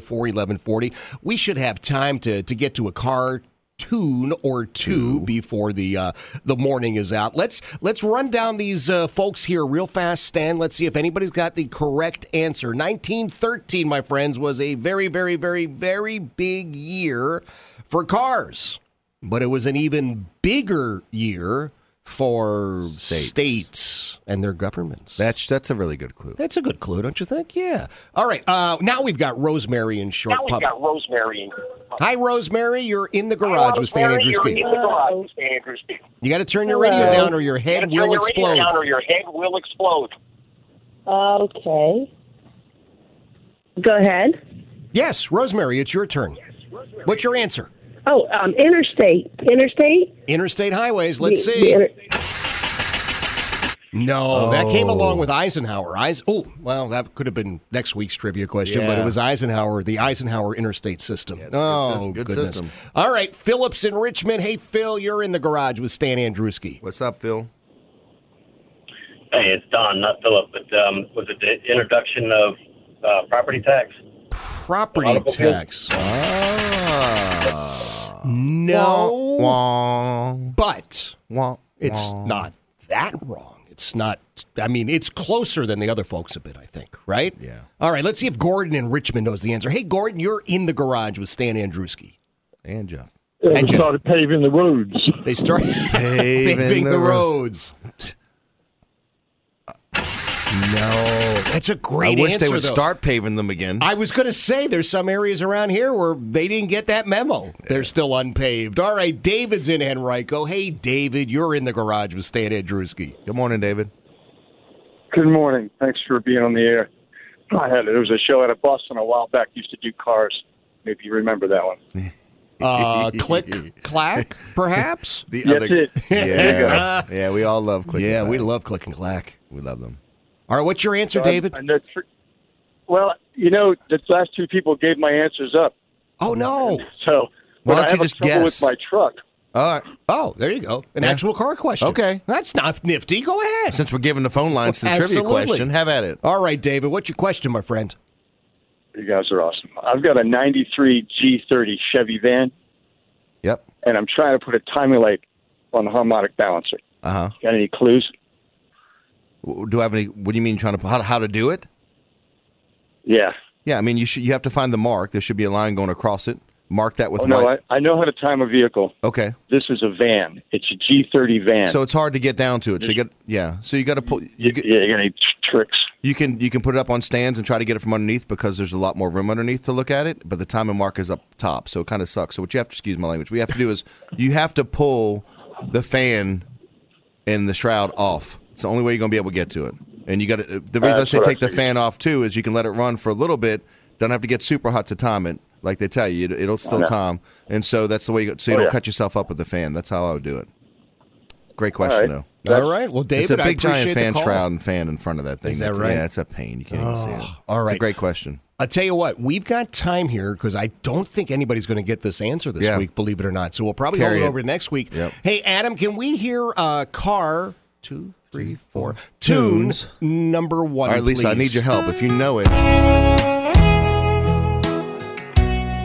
Speaker 3: 833-804-1140. We should have time to to get to a car tune or two before the uh, the morning is out. Let's let's run down these uh, folks here real fast Stan. Let's see if anybody's got the correct answer. 1913 my friends was a very very very very big year for cars but it was an even bigger year for states, and their governments.
Speaker 4: That's that's a really good clue.
Speaker 3: That's a good clue, don't you think? Yeah. All right. Uh, now we've got Rosemary and Short
Speaker 9: Now we've
Speaker 3: Pub.
Speaker 9: got Rosemary.
Speaker 3: Hi, Rosemary. You're in the garage with Stan Andrews.
Speaker 9: Rosemary,
Speaker 3: Speak.
Speaker 9: you're in the garage with Stan Andrews. Speak.
Speaker 3: You got to turn your radio
Speaker 9: Hello.
Speaker 3: down, or your head
Speaker 9: Turn your
Speaker 3: will
Speaker 9: radio
Speaker 3: explode.
Speaker 9: down or your head will explode.
Speaker 10: Okay. Go ahead.
Speaker 3: Yes, Rosemary, it's your turn. What's your answer?
Speaker 10: Oh, um, interstate. Interstate?
Speaker 3: Interstate highways. Let's
Speaker 10: The-
Speaker 3: see.
Speaker 10: the inter-
Speaker 3: No, that came
Speaker 4: Oh.
Speaker 3: along with Eisenhower. Eis- oh, well, that could have been next week's trivia question, but it
Speaker 4: Yeah.
Speaker 3: was Eisenhower, the Eisenhower interstate system.
Speaker 4: it's a good
Speaker 3: oh,
Speaker 4: system, good
Speaker 3: goodness.
Speaker 4: system.
Speaker 3: All right, Phillips in Richmond. Hey, Phil, you're in the garage with Stan Andruski.
Speaker 4: What's up, Phil?
Speaker 9: Hey, it's Don, not Philip. But um, was it the introduction of uh, property tax?
Speaker 3: Property
Speaker 9: Automobile.
Speaker 3: tax. Oh.
Speaker 4: Ah.
Speaker 3: No,
Speaker 4: Wah, wah.
Speaker 3: but
Speaker 4: Wah,
Speaker 3: it's
Speaker 4: wah.
Speaker 3: not that wrong. It's not. I mean, it's closer than the other folks a bit. I think. Right. Yeah. All right. Let's see if Gordon in Richmond knows the answer. Hey, Gordon, you're in the garage with Stan Andruski.
Speaker 4: And Jeff.
Speaker 3: They And Jeff. started
Speaker 6: paving the roads.
Speaker 3: They started
Speaker 4: Paving
Speaker 3: paving the,
Speaker 4: the
Speaker 3: roads. No, that's a great
Speaker 4: I wish they
Speaker 3: answer,
Speaker 4: would
Speaker 3: though.
Speaker 4: start paving them again.
Speaker 3: I was going to say there's some areas around here where they didn't get that memo. They're still unpaved. All right, David's in Henrico. Hey, David, you're in the garage with Stan Andruski.
Speaker 4: Good morning, David.
Speaker 6: Good morning. Thanks for being on the air. I had there was a show at a Boston a while back. Used to do cars. Maybe you remember that one.
Speaker 3: Uh, click, clack, perhaps?
Speaker 4: The
Speaker 6: That's
Speaker 4: other.
Speaker 6: it. There you
Speaker 4: Yeah. yeah, we all love click. and
Speaker 3: Yeah,
Speaker 4: clack.
Speaker 3: we love click and clack.
Speaker 4: We love them.
Speaker 3: All right, what's your
Speaker 6: So
Speaker 3: answer,
Speaker 6: I'm-
Speaker 3: David?
Speaker 6: I'm not sure- well, you know, the last two people gave my answers up.
Speaker 3: Oh, no.
Speaker 6: So, but I
Speaker 4: Why don't you
Speaker 6: have
Speaker 4: just
Speaker 6: trouble
Speaker 4: guess?
Speaker 6: with my truck.
Speaker 4: All right.
Speaker 3: Oh, there you go. An
Speaker 4: Yeah.
Speaker 3: actual car question.
Speaker 4: Okay.
Speaker 3: That's not nifty. Go ahead.
Speaker 4: Since we're giving the phone lines to the trivia
Speaker 3: Absolutely.
Speaker 4: question, have at it.
Speaker 3: All right, David, what's your question, my friend?
Speaker 6: You guys are awesome. I've got a 93 G30 Chevy van.
Speaker 4: Yep.
Speaker 6: And I'm trying to put a timing light on the harmonic balancer.
Speaker 4: Uh
Speaker 6: Got any clues?
Speaker 4: huh. Do I have any? What do you mean trying to how, how to do it?
Speaker 6: Yeah.
Speaker 4: Yeah, I mean you should you have to find the mark. There should be a line going across it. Mark that with
Speaker 6: oh, no,
Speaker 4: white.
Speaker 6: I, I know how to time a vehicle.
Speaker 4: Okay.
Speaker 6: This is a van. It's a G30 van.
Speaker 4: So it's hard to get down to it. So you got yeah. So you got to pull. You get,
Speaker 6: yeah, you got any tricks?
Speaker 4: You can you can put it up on stands and try to get it from underneath because there's a lot more room underneath to look at it. But the timing mark is up top, so it kind of sucks. So what you have to excuse my language. We have to do is you have to pull the fan and the shroud off. It's the only way you're gonna be able to get to it. And you got to the reason I
Speaker 6: That's
Speaker 4: say
Speaker 6: what I
Speaker 4: take the
Speaker 6: figured.
Speaker 4: fan off too is you can let it run for a little bit. Don't have to get super hot to time it like they tell you. It, it'll still
Speaker 6: know.
Speaker 4: time. And so that's the way. You, so you
Speaker 6: Oh,
Speaker 4: don't
Speaker 6: yeah.
Speaker 4: cut yourself up with the fan. That's how I would do it. Great question
Speaker 6: All right.
Speaker 4: though.
Speaker 3: All right. Well, David,
Speaker 4: it's a
Speaker 3: I
Speaker 4: big giant
Speaker 3: appreciate the
Speaker 4: fan
Speaker 3: call.
Speaker 4: shroud and fan in front of that thing.
Speaker 3: Is that
Speaker 4: That's-
Speaker 3: right?
Speaker 4: Yeah, it's a pain. You can't even see it.
Speaker 3: all
Speaker 4: It's
Speaker 3: right.
Speaker 4: a great question.
Speaker 3: I'll tell you what, we've got time here because I don't think anybody's going to get this answer this
Speaker 4: Yeah.
Speaker 3: week, believe it or not. So we'll probably
Speaker 4: Carry
Speaker 3: hold it
Speaker 4: it.
Speaker 3: over to next week.
Speaker 4: Yep.
Speaker 3: Hey, Adam, can we hear uh, car two, three, four
Speaker 4: Tunes.
Speaker 3: tune number one?
Speaker 4: All right, Lisa, I
Speaker 3: please?
Speaker 4: need your help. If you know it,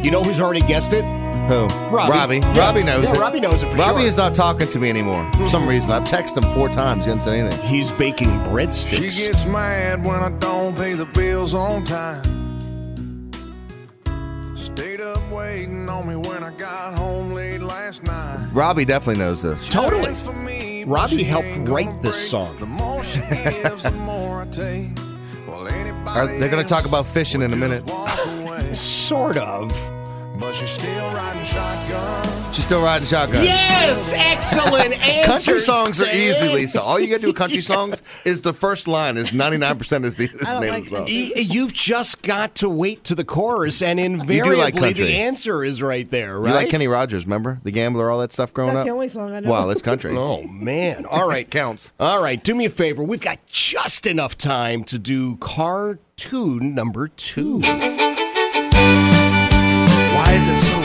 Speaker 3: You know who's already guessed it?
Speaker 4: who?
Speaker 3: Robbie.
Speaker 4: Robbie.
Speaker 3: Yeah.
Speaker 4: Robbie knows
Speaker 3: Yeah,
Speaker 4: it.
Speaker 3: Robbie knows it for
Speaker 4: Robbie
Speaker 3: sure.
Speaker 4: is not talking to me anymore for some reason. I've texted him four times. He hasn't said anything.
Speaker 3: He's baking breadsticks.
Speaker 11: She gets mad when I don't pay the bills on time. Stayed up waiting on me when I got home late last night.
Speaker 4: Robbie definitely knows this.
Speaker 3: Totally.
Speaker 11: For me, but
Speaker 3: Robbie
Speaker 11: she
Speaker 3: helped
Speaker 11: ain't
Speaker 3: write
Speaker 11: gonna
Speaker 3: this
Speaker 11: break.
Speaker 3: song.
Speaker 11: The more she gives, the more I take. Well,
Speaker 4: All
Speaker 11: anybody
Speaker 4: right, they're going to talk about fishing in a minute.
Speaker 11: else walk away.
Speaker 3: Sort of.
Speaker 11: but she's still riding shotgun.
Speaker 4: She's still riding shotgun.
Speaker 3: Yes, excellent answer.
Speaker 4: Country songs are easy,
Speaker 3: Stan.
Speaker 4: Lisa. All you got to do with country songs is the first line is 99% is the is the name of the song.
Speaker 3: Y- You've just got to wait to the chorus, and
Speaker 4: You do
Speaker 3: invariably
Speaker 4: like country.
Speaker 3: the answer is right there,
Speaker 4: You
Speaker 3: right?
Speaker 4: like Kenny Rogers, remember? The Gambler, all that stuff growing
Speaker 3: That's
Speaker 4: up?
Speaker 3: the only song I know.
Speaker 4: Wow, that's country.
Speaker 3: oh, man. All right. Uh,
Speaker 4: Counts.
Speaker 3: All right. Do me a favor. We've got just enough time to do cartoon number two.
Speaker 4: Why is it so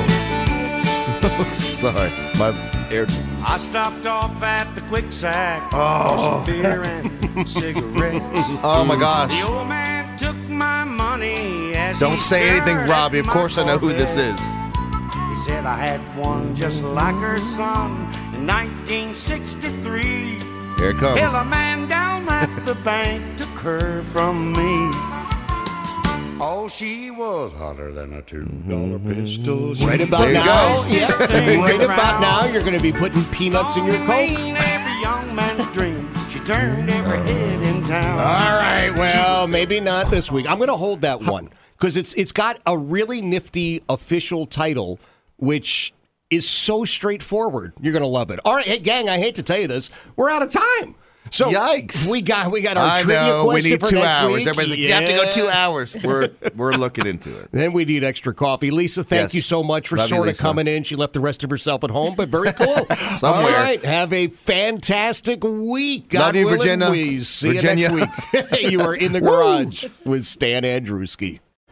Speaker 4: loud? Sorry. My air.
Speaker 12: I stopped off at the quick sack
Speaker 4: Oh.
Speaker 12: for some beer and cigarettes.
Speaker 4: Oh, my gosh.
Speaker 12: The old man took my money as he
Speaker 4: Don't say anything,
Speaker 12: stared
Speaker 4: Robbie.
Speaker 12: at
Speaker 4: Of
Speaker 12: my
Speaker 4: course I know who this
Speaker 12: Corvette.
Speaker 4: is.
Speaker 12: He said I had one just like her son in 1963.
Speaker 4: Here it comes.
Speaker 12: Hell, a man down at the bank took her from me. Oh, she was hotter than a two pistol. She
Speaker 3: Right about
Speaker 12: there you
Speaker 3: now,
Speaker 12: go.
Speaker 3: yeah. right about now, you're going to be putting peanuts in your coke.
Speaker 12: every young man's dream. She turned every head in town.
Speaker 3: All right, well, maybe not this week. I'm going to hold that one because it's it's got a really nifty official title, which is so straightforward. You're going to love it. All right, hey gang, I hate to tell you this, we're out of time. So
Speaker 4: Yikes.
Speaker 3: We got we got our
Speaker 4: I
Speaker 3: trivia
Speaker 4: know. We
Speaker 3: question
Speaker 4: need
Speaker 3: for
Speaker 4: two
Speaker 3: next
Speaker 4: hours.
Speaker 3: week.
Speaker 4: Everybody's like, you have to go two
Speaker 3: Yeah.
Speaker 4: hours. We're, we're looking into it.
Speaker 3: Then we need extra coffee. Lisa, thank
Speaker 4: Yes.
Speaker 3: you so much for
Speaker 4: Love you,
Speaker 3: sort of
Speaker 4: Lisa.
Speaker 3: coming in. She left the rest of herself at home, but very cool.
Speaker 4: Somewhere.
Speaker 3: All right. Have a fantastic week. God
Speaker 4: Love you,
Speaker 3: willing,
Speaker 4: Virginia.
Speaker 3: we see
Speaker 4: Virginia.
Speaker 3: you next week. you are in the garage with Stan Andrewski.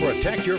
Speaker 13: Protect your